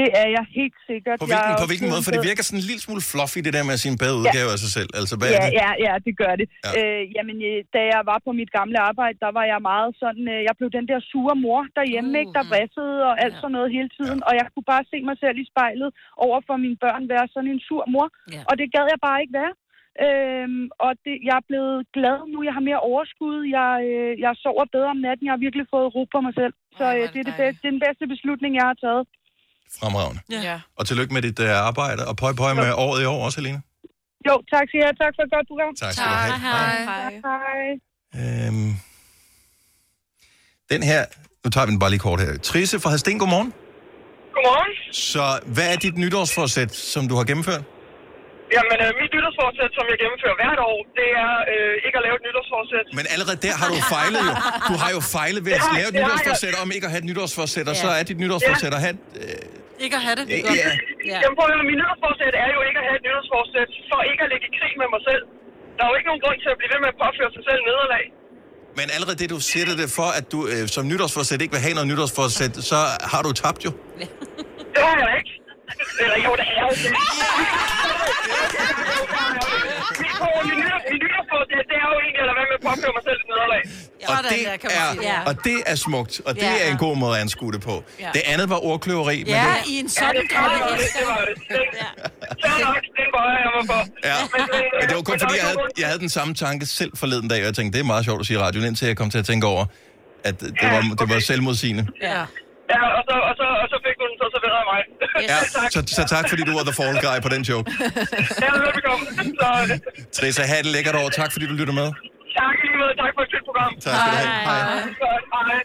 Det er jeg helt sikkert.
På
Jeg
hvilken,
er
på
også
hvilken
blevet
måde? For det
bedre-
virker sådan en lille smule fluffy, det der med at sige en bedre udgave af sig selv. Altså, hvad
ja,
er det?
ja, ja, det gør det.
Ja.
Ja. Øh, jamen, øh, da jeg var på mit gamle arbejde, der var jeg meget sådan, øh, jeg blev den der sure mor derhjemme, uh, ikke, der vrissede og alt ja. sådan noget hele tiden, ja. og jeg kunne bare se mig selv i spejlet over for mine børn være sådan en sur mor,
ja.
og det gad jeg bare ikke være. Øhm, og det, jeg er blevet glad nu, jeg har mere overskud, jeg, øh, jeg sover bedre om natten, jeg har virkelig fået ro på mig selv, så øh, det, er det, bedste, det er den bedste beslutning, jeg har taget.
Fremragende.
Ja.
Og tillykke med dit uh, arbejde, og pøj pøj med året i år også, Helene.
Jo, tak skal I have. Tak for et godt program.
Tak skal du have.
Hej. Hej. Hej.
Øhm, den her, nu tager vi den bare lige kort her. Trisse fra Hadsten, godmorgen.
Godmorgen.
Så hvad er dit nytårsforsæt, som du har gennemført?
Jamen, øh, mit nytårsforsæt, som jeg gennemfører hvert år, det er øh, ikke at lave et nytårsforsæt.
Men allerede der har du fejlet jo. Du har jo fejlet ved at
Det har-
lave et
det har jeg.
nytårsforsæt, om ikke at have et nytårsforsæt, og
Ja.
så er dit nytårsforsæt
Ja.
at have...
Ikke at have det.
Ja. Ja.
Ja. Jamen, prøv at høre, min nytårsforsæt er jo ikke at have et nytårsforsæt for ikke at ligge i krig med mig selv. Der er jo ikke nogen grund til at blive ved med at påføre sig selv nederlag.
Men allerede det, du sætter det for, at du øh, som nytårsforsæt ikke vil have noget nytårsforsæt, så har du tabt jo.
Det har jeg ikke. Eller jo, det er jo det. Mit på- min nytår- Min nytårsforsæt, det er jo egentlig at lade være med at påføre mig selv et nederlag.
Og det, er, og det er smukt, og det
Ja.
er en god måde at anskue det på.
Ja.
Det andet var ordkløveri, men
Ja,
det,
i en sådan grad. Ja, det var det. Det var det. Så nok, den bøjer jeg mig for.
Ja,
øh,
men det var kun fordi, jeg havde, jeg havde den samme tanke selv forleden dag, og jeg tænkte, det er meget sjovt at sige i radioen, indtil jeg kom til at tænke over, at det var, det var selvmodsigende.
Ja. Ja, og så, og så, og så fik du den så serveret af mig.
Ja, så, så tak, fordi du var the fall guy på den joke.
Ja, velbekomme. Så, øh,
Trissa, have det lækkert år. Tak, fordi du lytter med.
tak i lige måde. Tak for et fedt program.
Tak skal du have. Hej.
Godt, Hej.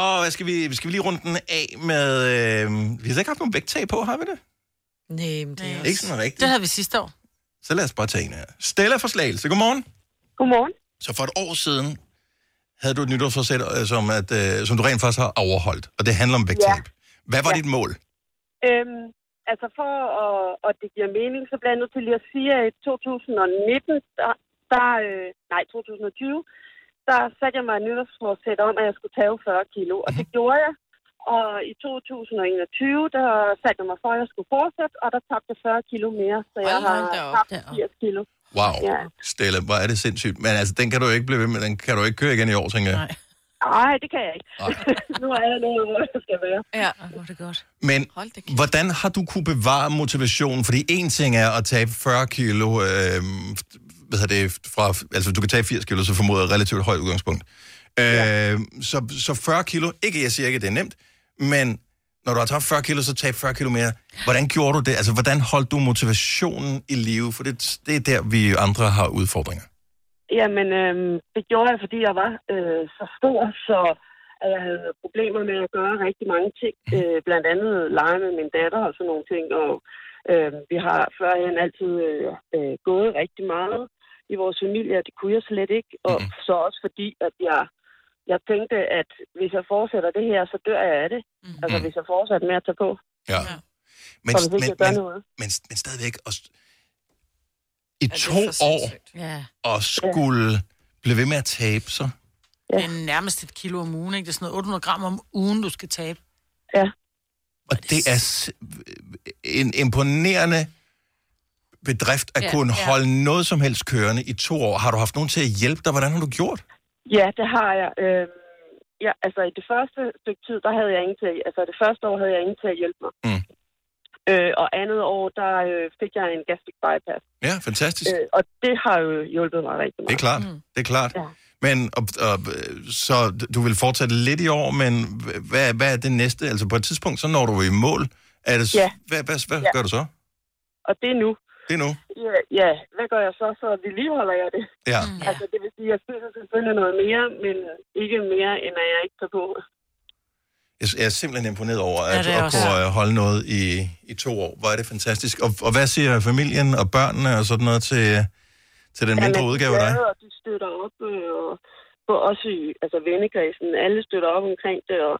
Og hvad skal vi, skal vi lige runde den af med... Øh, vi har slet ikke haft nogen vægtag på, har vi det?
Nej, men det er
Ikke sådan rigtigt.
Det havde vi sidste år.
Så lad os bare tage en her. Stella fra Slagelse, godmorgen.
Godmorgen.
Så for et år siden havde du et nytårsforsæt, øh, som, at, øh, som du rent faktisk har overholdt, og det handler om vægttab. Hvad var dit mål?
Øhm, altså for at, at det giver mening, så bliver jeg nødt til lige at sige, at i 2019, der, der øh, nej 2020, der satte jeg mig en nytårsforsæt om, at jeg skulle tage 40 kilo, og det gjorde jeg. Og i 2021, der satte jeg mig for, at jeg skulle fortsætte, og der tabte jeg 40 kilo mere, så jeg har tabt 80 kilo.
Wow,
Ja.
Stella, hvor er det sindssygt. Men altså, den kan du jo ikke blive ved med, den kan du ikke køre igen i år, tænker jeg. Nej.
Nej, det kan jeg ikke. nu er jeg nået, hvor jeg skal være.
Ja,
hvor er det godt.
Men hvordan har du kunne bevare motivationen? Fordi en ting er at tabe 40 kilo, øh, hvad hedder det, fra, altså du kan tabe 80 kilo, så formoder jeg relativt højt udgangspunkt. Øh, så, så 40 kilo, ikke jeg siger ikke, at det er nemt, men når du har tabt 40 kilo, så tab 40 kilo mere. Hvordan gjorde du det? Altså, hvordan holdt du motivationen i live? For det, det er der, vi andre har udfordringer.
Jamen, øhm, det gjorde jeg, fordi jeg var øh, så stor, så at jeg havde problemer med at gøre rigtig mange ting.
Mm.
Øh, blandt andet lege med min datter og sådan nogle ting. Og øh, vi har førhen altid øh, øh, gået rigtig meget i vores familie, og det kunne jeg slet ikke. Og mm. så også fordi, at jeg, jeg tænkte, at hvis jeg fortsætter det her, så dør jeg af det. Mm. Altså, hvis jeg fortsætter med at tage på.
Ja. Men,
Så hvis ikke
men,
jeg gør
men,
noget.
men, men stadigvæk, og, s- i to år,
Ja.
og skulle blive ved med at tabe sig.
Det er nærmest et kilo om ugen, ikke? Det er sådan noget 800 gram om ugen, du skal tabe.
Ja.
Og det er s- en imponerende bedrift at
Ja,
kunne
ja.
holde noget som helst kørende i to år. Har du haft nogen til at hjælpe dig? Hvordan har du gjort?
Ja, det har jeg. Øh, ja, altså i det første stykke tid, der havde jeg ingen til, altså det første år havde jeg ingen til at hjælpe mig.
Mm.
Øh, og andet år, der øh, fik jeg en gastric bypass.
Ja, fantastisk.
Øh, og det har jo hjulpet mig rigtig
Det er
meget.
klart. Det er klart. Men og, og, så du vil fortsætte lidt i år, men h- hvad, hvad er det næste? Altså på et tidspunkt, så når du i mål. Er det, s-
Ja.
Hvad, hvad, hvad
Ja.
gør du så?
Og det er nu.
Det er nu.
Ja, ja, hvad gør jeg så? Så vedligeholder jeg det.
Ja.
Altså, det vil sige, at jeg spiser selvfølgelig noget mere, men ikke mere, end at jeg ikke tager på.
Jeg jeg er simpelthen imponeret over
Ja,
at,
det er jeg
ja, at
også.
kunne øh, holde noget i, i to år. Hvor er det fantastisk. Og, og hvad siger familien og børnene og sådan noget til, til den mindre
Jamen,
udgave af
de er
dig?
glade, Og de støtter op, øh, og på også i altså, vennekredsen. Alle støtter op omkring det, og,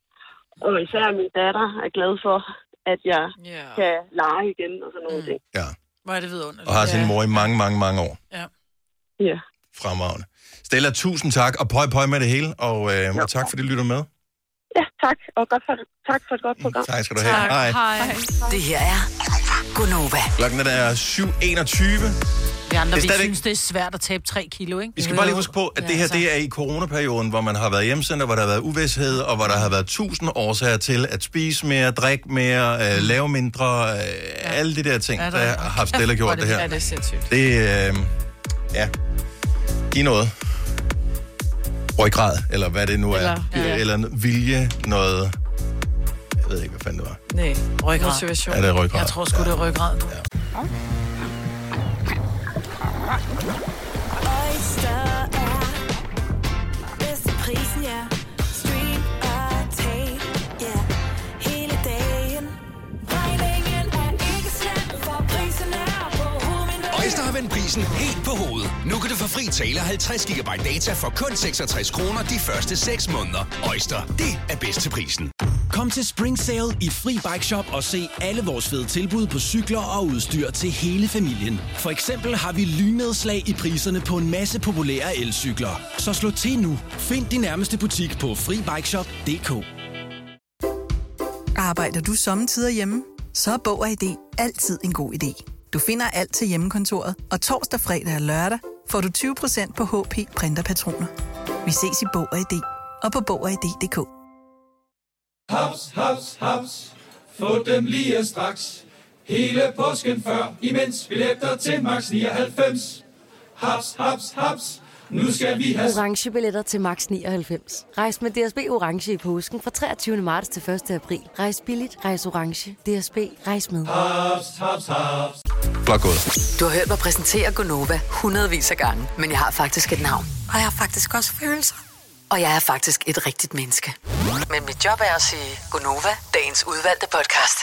og især min datter er glad for, at jeg
Ja.
kan lege igen og sådan nogle ting.
Ja.
Hvor er det vidunderligt.
Og har sin mor i mange, mange, mange år.
Ja.
Ja.
Fremragende. Stella, tusind tak, og pøj pøj med det hele, og, øh, og tak fordi du lytter med.
Ja, tak. Og godt for, tak for et godt program.
Mm, Tak skal du have. Tak. Hej.
Det her er Gunova.
Klokken den er 7.21.
Vi andre,
Det er
vi
stadigvæk-
synes, det er svært at tabe 3 kilo, ikke?
Vi skal bare lige huske på, at det her det er i coronaperioden, hvor man har været hjemsendt, hvor der har været uvidshed, og hvor der har været tusind årsager til at spise mere, drikke mere, øh, lave mindre, øh, alle de der ting,
Mm. Ja, der
der
er-
har Stella gjort det
Ja,
her.
det er sindssygt.
Det, øh, ja, giv noget. Ryggrad, eller hvad det nu er.
Eller-
Eller,
ja.
ja. eller n- vilje, noget... Jeg ved ikke, hvad fanden det var.
Nej,
Ryggrad.
motivation.
Ja, det er ryggrad.
altså, Jeg tror sgu, det er ryggrad.
Oyster er bedst til prisen, ja. Stream og tag, ja. Hele dagen. Regningen er ikke slem, for prisen er på hovedet.
Øjster har vendt prisen helt på hovedet. Nu kan du få fri tale 50 GB data for kun 66 kroner de første 6 måneder. Øjster, det er bedst til prisen.
Kom til Spring Sale i Fri Bike Shop og se alle vores fede tilbud på cykler og udstyr til hele familien. For eksempel har vi lynedslag i priserne på en masse populære elcykler. Så slå til nu. Find din nærmeste butik på FriBikeShop.dk
Arbejder du sommetider hjemme? Så er Bog og ID altid en god idé. Du finder alt til hjemmekontoret, og torsdag, fredag og lørdag får du 20% på HP Printerpatroner. Vi ses i Bog og ID og på Bog og ID.dk.
Haps, haps, haps. Få dem lige straks. Hele påsken før, imens billetter til max 99. Haps, haps, haps. Nu skal vi have
Orange billetter til max 99. Rejs med DSB Orange i påsken fra 23. marts til 1. april. Rejs billigt, rejs orange. DSB, rejs med.
haps, haps, haps.
Flot gået.
Du har hørt mig præsentere Gunova hundredvis af gange, men jeg har faktisk et navn.
Og jeg har faktisk også følelser.
Og jeg er faktisk et rigtigt menneske. Men mit job er at sige Gunova, dagens udvalgte podcast.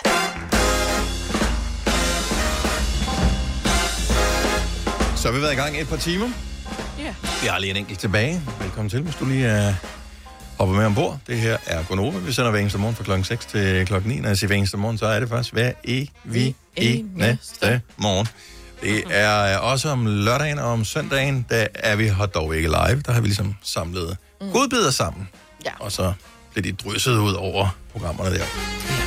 Så har vi været i gang i et par timer.
Ja.
Vi har lige en enkelt tilbage. Velkommen til, hvis du lige uh, hopper med ombord. Det her er Gonova. Vi sender hver eneste morgen fra klokken 6 til klokken 9. Når jeg siger hver eneste morgen, så er det faktisk hver i, vi, i, næste morgen. Det er øh, også om lørdagen og om søndagen, der er vi her dog ikke live. Der har vi ligesom samlet godbidder sammen.
Ja.
Og så bliver de drysset ud over programmerne der.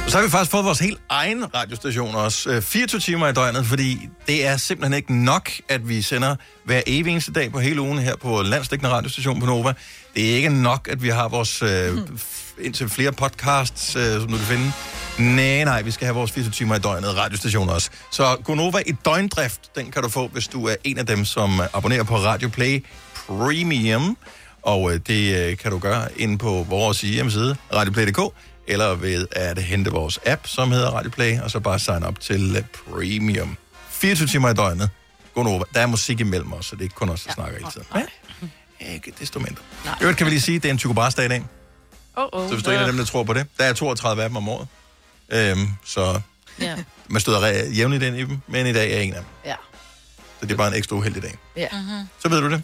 Og så har vi faktisk fået vores helt egen radiostation også, øh, 24 timer i døgnet, fordi det er simpelthen ikke nok, at vi sender hver evig eneste dag på hele ugen her på Landsdækkende Radiostation på Nova. Det er ikke nok, at vi har vores øh, f- indtil flere podcasts, øh, som du kan finde. Nej, nej, vi skal have vores 24 timer i døgnet radiostation også. Så Gonova i døgndrift, den kan du få, hvis du er en af dem, som øh, abonnerer på Radio Play Premium. Og øh, det øh, kan du gøre inde på vores hjemmeside, radioplay.dk, eller ved at hente vores app, som hedder Radioplay, og så bare sign op til øh, Premium. 24 timer i døgnet. Godnova. Der er musik imellem os, så det er ikke kun os, der ja. snakker hele tiden. Men ikke desto mindre. I øvrigt kan vi lige sige, at det er en tykobarsdag i dag,
Oh, oh.
så hvis du er en af dem, der tror på det. Der er 32 af dem om året, øhm, så
Ja.
man støder re- jævnligt ind i dem, men i dag er en af dem.
Ja.
Så det er bare en ekstra uheldig dag.
ja. Mm-hmm.
Mhm.
Så ved du det.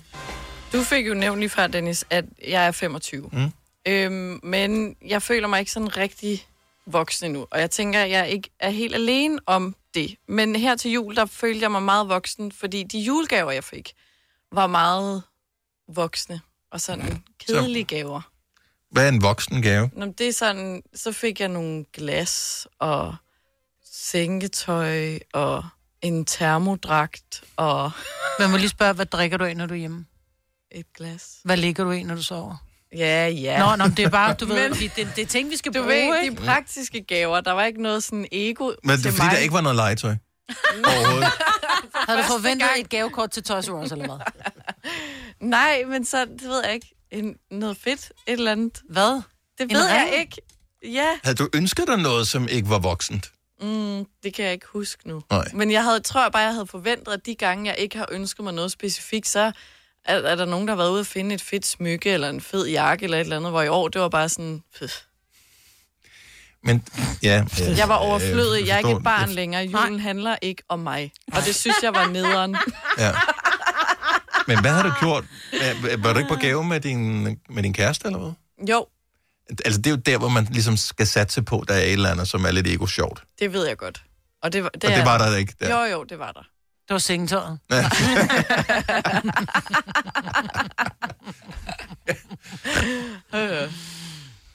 Du fik jo nævnt lige fra, Dennis, at jeg er 25.
Mm.
Øhm, men jeg føler mig ikke sådan rigtig voksen endnu. Og jeg tænker, at jeg ikke er helt alene om det. Men her til jul, der følte jeg mig meget voksen, fordi de julegaver, jeg fik, var meget voksne og sådan kedelige gaver.
Hvad er en voksen gave?
Nå, men det er sådan, så fik jeg nogle glas og sænketøj og en termodragt og...
Man må lige spørge, hvad drikker du af, når du er hjemme?
Et glas.
Hvad ligger du i, når du sover?
Ja, ja.
Nå, nå, men det er bare, du ved,
Men-
det, det, det er ting, vi skal
Du
bruge,
ved,
ikke?
de praktiske gaver, der var ikke noget sådan ego
Men det
til
er fordi,
mig.
der ikke var noget legetøj. Overhovedet.
Havde du forventet et gavekort til Toys R Us, eller hvad?
Nej, men så, det ved jeg ikke, en, noget fedt, et eller andet.
Hvad?
Det
En
ved jeg
ring?
ikke. Ja,
Havde du ønsket dig noget, som ikke var voksent?
Mm, det kan jeg ikke huske nu.
Nej.
Men jeg havde, tror jeg bare, jeg havde forventet, at de gange, jeg ikke har ønsket mig noget specifikt, så er, er der nogen, der har været ude og finde et fedt smykke, eller en fed jakke, eller et eller andet, hvor i år, det var bare sådan... Pff.
Men, ja. øh,
Jeg var overflødig,
øh,
jeg er ikke
forstår-
et barn længere, julen handler ikke om mig. Og det synes jeg var nederen.
Ja. Men hvad har du gjort? Hva- Var du ikke på gave med din, med din kæreste, eller hvad?
Jo,
Altså, det er jo der, hvor man ligesom skal satse på, der er et eller andet, som er lidt ego-sjovt.
det ved jeg godt. Og det, var- det,
Og det
er
var der ikke der.
Jo, jo, det var der.
Det var sengetøjet.
Ja.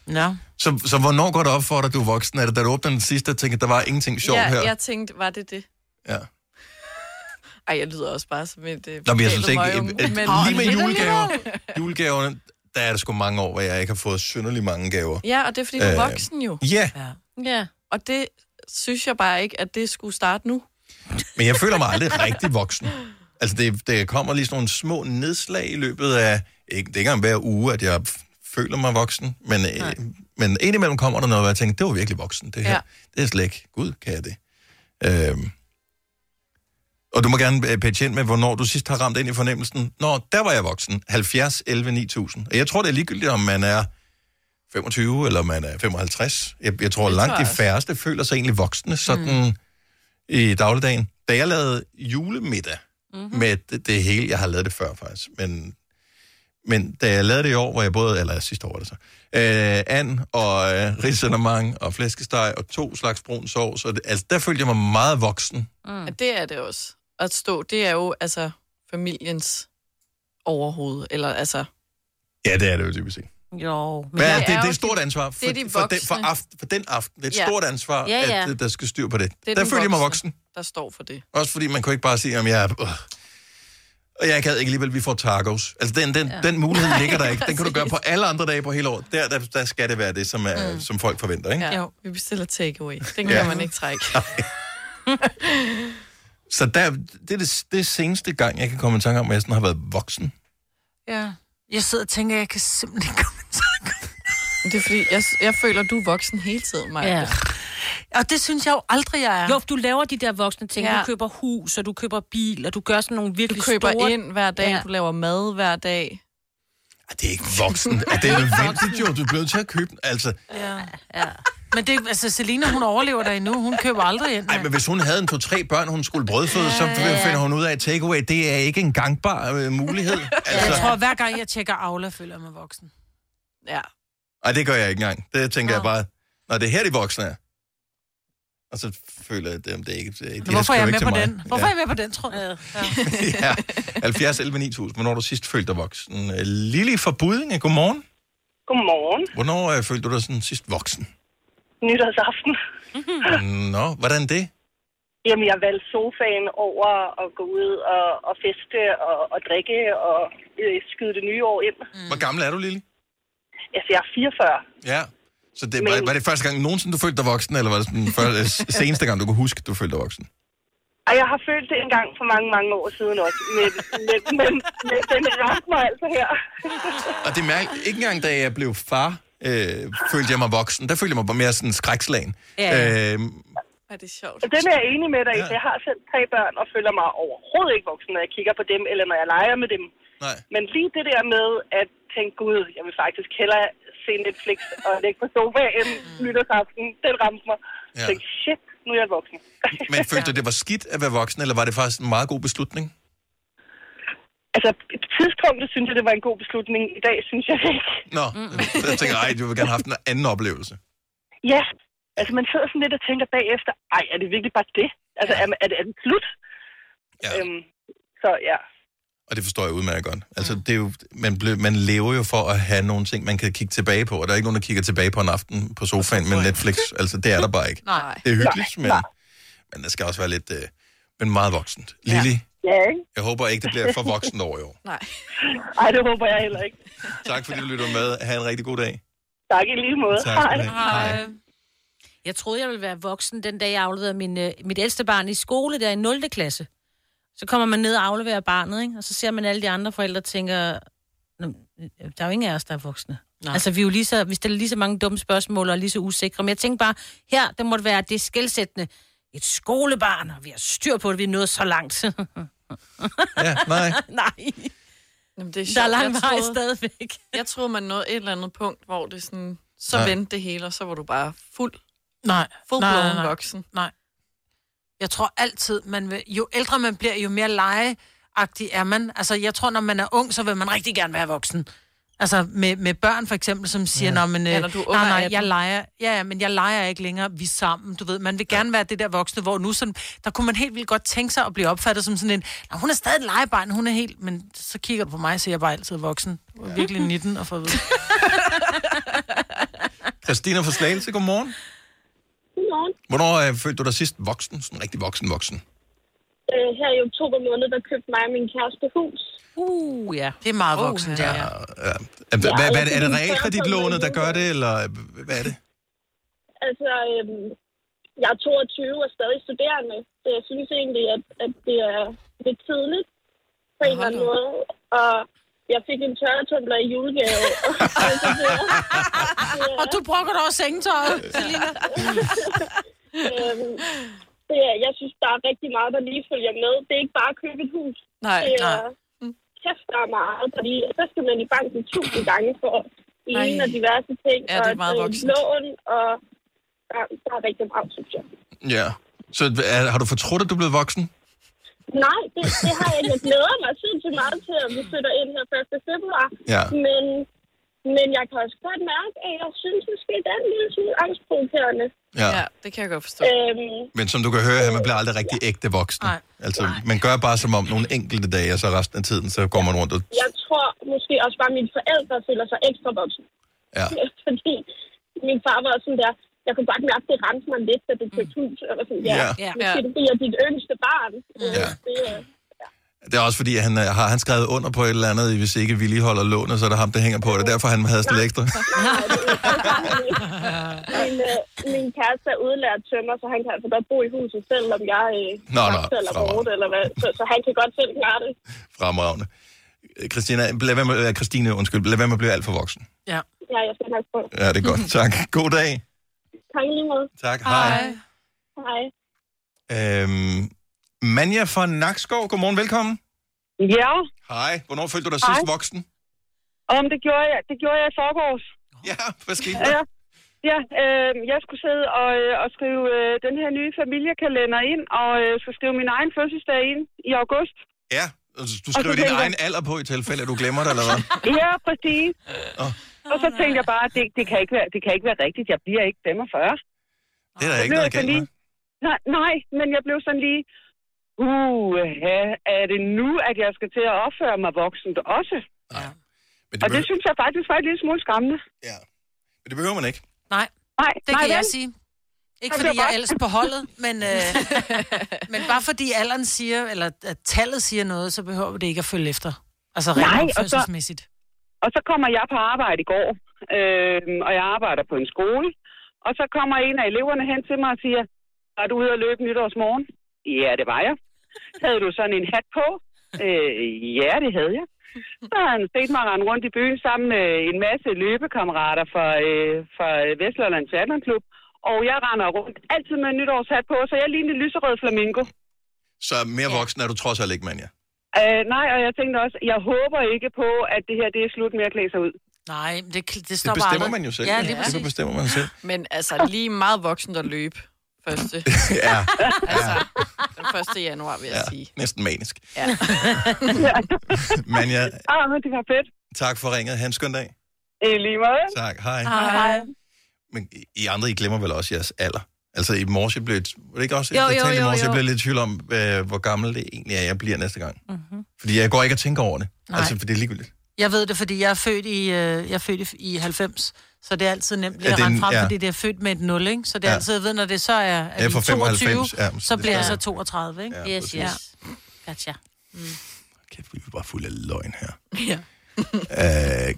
Nå.
Så, så hvornår går det op for dig, du er voksen? Er det, da du åbner den sidste, og tænker, der var ingenting sjovt
ja,
her?
Jeg tænkte, var det det?
Ja.
Ej, jeg lyder også bare som et... Øh,
Nå, men jeg synes ikke,
møgung,
øh, øh, lige med julegaver, julegaverne, der er det sgu mange år, hvor jeg ikke har fået synderlig mange gaver.
Ja, og det er, fordi du er
Øh,
voksen jo.
Ja,
Ja. Og det synes jeg bare ikke, at det skulle starte nu.
men jeg føler mig aldrig rigtig voksen. Altså, det, det kommer lige sådan nogle små nedslag i løbet af, ikke, det er ikke engang hver uge, at jeg f- føler mig voksen, men, øh, men indimellem kommer der noget, hvor jeg tænker, det var virkelig voksen, det her. Ja.
Ja.
Det er slet ikke. Gud, kan jeg det. Øhm. Og du må gerne øh, patche ind med, hvornår du sidst har ramt ind i fornemmelsen. Nå, der var jeg voksen. 70, 11, 9000. Og jeg tror, det er ligegyldigt, om man er 25 eller man er 55. Jeg, jeg tror,
Det tror
langt
jeg
de
også.
færreste føler sig egentlig voksne sådan mm. i dagligdagen. Da jeg lavede julemiddag
Mhm.
mm-hmm. med det, det hele, jeg har lavet det før faktisk, men men da jeg lavede det i år, hvor jeg både, eller sidste år var det så, øh, and og øh, ridsalermang og flæskesteg og to slags brun sovs, og det, altså der følte jeg mig meget voksen.
Mm. At det er det også. At stå, det er jo altså familiens overhoved, eller altså...
Ja, det er det jo typisk ikke.
Jo.
Men ja,
det
det, det
er
er
jo
et stort
de-
ansvar for,
det er de
for, den, for,
voksne.
aften, for den aften. Det er et
Ja.
stort ansvar,
Ja, ja.
at øh, der skal styr på
Det
det.
er
det der
den
følte jeg mig voksen.
Der står for det.
Også fordi man kunne ikke bare sige, om jeg er... Øh, og jeg gad ikke alligevel, vi får tacos. Altså, den, den, ja.
Ja.
den mulighed
Nej,
ligger der ikke. Den kan du gøre på alle andre dage på hele året. Der, der, der skal det være det, som, er, mm. som folk forventer, ikke?
Ja, jo, vi bestiller takeaway. Den kan
Ja.
ja. man ikke trække.
Så der, det er det, det er seneste gang, jeg kan komme i tanke om, at jeg sådan har været voksen.
Ja. Jeg sidder og tænker, at jeg kan simpelthen ikke komme
Det er fordi, jeg, jeg føler, du er voksen hele tiden, Maja.
Ja.
Og det synes jeg jo aldrig, jeg er.
Jo, du laver de der voksne ting. Ja.
Ja.
Du køber hus, og du køber bil, og du gør sådan nogle
Du
virkelig
køber
store...
ind hver dag, ja. du laver mad hver dag.
Ej, det er ikke voksen. Ej, det er nødvendigt, jo. Du er blevet til at købe den. Altså,
Ja. ja. Men det, altså, Selina, hun overlever der endnu. Hun køber aldrig ind.
ej, men hvis hun havde en to-tre børn, hun skulle brødføde, så finder hun ud af, at takeaway, det er ikke en gangbar øh, mulighed.
Altså. Jeg
Altså,
tror, hver gang jeg tjekker Aula, føler jeg mig voksen.
Ja.
ej, det gør jeg ikke engang. Det tænker jeg bare, når det er her, de voksne er. Og så føler jeg, at det, det er ikke... Det, de her
Hvorfor er
skriver
jeg
ikke
med
til
på
mig.
den? Hvorfor er jeg med på den, tror jeg? Ja.
Ja. 70 11 9000. Hvornår har du sidst følte dig voksen? Øh, Lili fra Budinge, godmorgen.
Godmorgen.
Hvornår øh, følte du dig sådan sidst voksen?
Nytårsaften.
Nå, hvordan det?
Jamen, jeg valgte sofaen over at gå ud og, og feste og, og drikke og øh, skyde det nye år ind.
Hvor gammel er du, Lili?
Altså, jeg er 44.
Ja. Så det, var, var det første gang nogensinde, du følte dig voksen, eller var det den første, seneste gang, du kunne huske, du følte dig voksen?
Og jeg har følt det en gang for mange, mange år siden også. Men, men, men, men den ramte mig altså her.
Og det mærke, ikke engang da jeg blev far, øh, følte jeg mig voksen. Der følte jeg mig mere sådan skrækslagen.
Ja.
Øh,
Er det sjovt?
Den er jeg enig med dig i. for Jeg har selv tre børn og føler mig overhovedet ikke voksen, når jeg kigger på dem, eller når jeg leger med dem.
Nej.
Men lige det der med at tænke, gud, jeg vil faktisk hellere se Netflix og lægge på sofaen nytårsaften, den ramte mig.
Ja.
Ja. Tænkte, shit, nu er jeg voksen.
men følte du, det var skidt at være voksen, eller var det faktisk en meget god beslutning?
Altså, tidspunktet synes jeg, det var en god beslutning. I dag synes jeg det ikke.
Nå, mm. jeg tænker, ej, du ville gerne have haft en anden oplevelse.
Ja, altså man sidder sådan lidt og tænker bagefter, ej, er det virkelig bare det? Altså, er, er, det, er det slut?
Ja.
Øhm, så ja.
Og det forstår jeg udmærket godt. Altså, det er jo, man, blev, man lever jo for at have nogle ting, man kan kigge tilbage på. Og der er ikke nogen, der kigger tilbage på en aften på sofaen med Netflix. Altså, det er der bare ikke.
Nej.
Det er hyggeligt, men, men der skal også være lidt... Øh, men meget voksent. Lili,
Ja, ikke?
jeg håber ikke, det bliver for voksent over i år.
Nej.
Ej, det håber jeg heller ikke.
Tak fordi du lytter med. Ha' en rigtig god dag.
Tak i lige måde.
Tak skal du have. Hej.
Jeg troede, jeg ville være voksen, den dag jeg afleverede min, øh, mit ældste barn i skole, der i 0. klasse. Så kommer man ned og afleverer barnet, ikke? og så ser man alle de andre forældre og tænker, "Nå, øh, der er jo ingen af os, der er voksne. Nej. Altså, vi, er jo lige så, vi stiller lige så mange dumme spørgsmål og er lige så usikre. Men jeg tænker bare, her, det måtte være, at det er skældsættende. Et skolebarn, og vi har styr på det, vi er nået så langt.
ja, nej.
nej.
Jamen, det er
Der er
sjovt.
lang
Jeg
vej
troede-
stadigvæk.
Jeg troede, man nåede et eller andet punkt, hvor det sådan, så
Nej.
vendte det hele, og så var du bare fuld.
Nej.
Full
nej,
blown
nej, nej.
voksen.
Nej. Jeg tror altid, man vil, jo ældre man bliver, jo mere legeagtig er man. Altså, jeg tror, når man er ung, så vil man rigtig gerne være voksen. Altså, med, med børn for eksempel, som siger,
Ja.
Nå, men,
Ja,
øh,
når du er under
nej, nej,
18."
jeg leger, ja, ja, men jeg leger ikke længere, vi er sammen, du ved. Man vil gerne være det der voksne, hvor nu sådan, der kunne man helt vildt godt tænke sig at blive opfattet som sådan en, "Nå, hun er stadig et legebarn, hun er helt, men så kigger du på mig, så er jeg bare altid voksen. Ja. Virkelig 19 og for ved.
Christina fra Slagelse, godmorgen.
Godmorgen.
Hvornår øh, følte du dig sidst voksen? Sådan rigtig voksen, voksen.
Øh, her i oktober måned, der købte mig og min kæreste hus.
Uh, ja.
Det er meget voksen,
ja. ja. Hvad, hvad, hvad, er det, er det realkreditlånet, der gør det, eller øh, hvad er det?
Altså, øhm, jeg er 22 og stadig studerende, så jeg synes egentlig, at, at det er lidt tidligt på en eller anden måde. Og jeg fik en tørretumbler i julegave.
og du brokker dig over sengetøjet, Selina.
øhm, det er, jeg synes, der er rigtig meget, der lige følger med. Det er ikke bare at købe et hus.
Nej,
det er, Mm.
nej.
Kæft, der er meget, fordi så skal man i banken tusind gange for en
Ej.
og diverse ting.
Ja, det er
og
meget
et, øh,
voksent.
Lån, og der, der er rigtig meget, synes jeg.
Ja. Så er, har du fortrudt, at du er blevet voksen?
Nej, det, det har jeg ikke. Jeg glæder mig sindssygt meget til, at vi flytter ind her 1. februar.
Ja.
Men, men jeg kan også godt mærke, at jeg synes måske, det er en lille smule angstprovokerende.
Ja.
ja, det kan jeg godt forstå.
Øhm,
Men som du kan høre her, man bliver aldrig rigtig ægte voksen. Nej. Altså, man gør bare som om nogle enkelte dage, og så resten af tiden, så går man rundt og...
jeg tror måske også bare, at mine forældre føler sig ekstra voksne.
Ja.
Fordi min far var også sådan der, jeg kunne godt mærke, at det ramte mig lidt, da det købte
Mm.
hus. Og jeg var sådan, ja,
Ja.
ja.
Ja.
måske det bliver dit yngste barn. Øh, Ja. Det, er-
Det er også fordi, at han øh, har han skrevet under på et eller andet, hvis ikke vi lige holder lånet, så er det ham, der hænger på det. Derfor han havde sådan lidt ekstra.
min, øh, min kæreste er udlært tømmer, så han kan altså godt bo i huset, selvom jeg øh,
Nå, nå,
faktisk selv er
fremragende.
borte, eller hvad. Så, så han kan godt selv klare det.
Fremragende. Øh, Christina, lad være med, øh, Christine, undskyld, lad være med at blive alt for voksen.
Ja.
Ja, jeg skal nok på.
Ja, det er godt. Tak. God dag.
Tak i lige måde.
Tak. Hej.
Hej.
Øhm, Manja fra Nakskov, godmorgen, velkommen.
Ja.
Hej. Hvornår følte du dig
Hej.
sidst voksen?
Om det gjorde jeg, det gjorde jeg i forgårs.
Ja, hvad skete
der? Ja, ja øh, jeg skulle sidde og, øh, og skrive øh, den her nye familiekalender ind, og øh, skulle skrive min egen fødselsdag ind i august.
Ja, altså, du
Og så
skriver din
tænker-
egen alder på i tilfælde, at du glemmer det, eller hvad?
Ja, præcis. Og så tænkte jeg bare, at det, det, kan ikke være, det kan ikke være rigtigt. Jeg bliver ikke 45.
Det er
Så
der ikke
blev
noget
jeg sådan
galt med.
lige- Nej, nej, men jeg blev sådan lige, uh, er det nu, at jeg skal til at opføre mig voksent også?
Men
og det synes jeg faktisk var en lille smule skræmmende.
Men det behøver man ikke.
Nej,
nej
det
nej,
kan jeg
vel?
sige. Ikke
Altså,
Jamen, det
fordi
var
jeg er
godt.
ældst på holdet, men, øh, men bare fordi alderen siger, eller at tallet siger noget, så behøver det ikke at følge efter. Altså rent
Nej, og så-
opførselsmæssigt.
Og så kommer jeg på arbejde i går, øh, og jeg arbejder på en skole. Og så kommer en af eleverne hen til mig og siger, var du ude at løbe nytårsmorgen? Ja, det var jeg. Havde du sådan en hat på? Øh, ja, det havde jeg. Så har han set mig rende rundt i byen sammen med en masse løbekammerater fra, øh, fra Vestlollands Atlandklub. Og jeg render rundt altid med en nytårshat på, så jeg ligner en lyserød flamingo.
Så mere voksen er du trods alt ikke, Manja.
Øh, nej, og jeg tænkte også, jeg håber ikke på, at det her det er slut med at klæde sig ud.
Nej, men det, det
Det bestemmer man jo selv.
Ja, lige præcis.
Det bestemmer man selv.
Men altså, lige meget voksen at løbe første.
Ja.
Altså, den 1. januar, vil jeg
Ja,
sige.
næsten manisk.
Ja.
Manja,
Ah, men det var fedt.
tak for ringet. Ha' en skøn dag.
I lige måde.
Tak. Hej.
Hej.
Men I andre, I glemmer vel også jeres alder. Altså i morges, jeg blev, var det ikke også,
Jo,
jeg
jo,
talte i
jo,
morges, jeg
jo.
blev lidt i tvivl om, øh, hvor gammel det egentlig er, jeg bliver næste gang. Mm-hmm. Fordi jeg går ikke og tænker over det.
Nej.
Altså, for det er ligegyldigt.
Jeg ved det, fordi jeg er født i, øh, jeg er født i, i 90, så det er altid nemt lige
Ja,
at
det er en-
rende frem,
ja.
fordi det er født med et 0, ikke? Så det er
Ja.
altid, jeg ved, når det så er,
Jeg er
er
fra
22,
95, ja, så
så
det
bliver jeg
skal-
så 32, ikke?
Ja, Yes, præcis. yes.
Gotcha.
Vi er bare fuld af løgn her.
Ja.
Øh,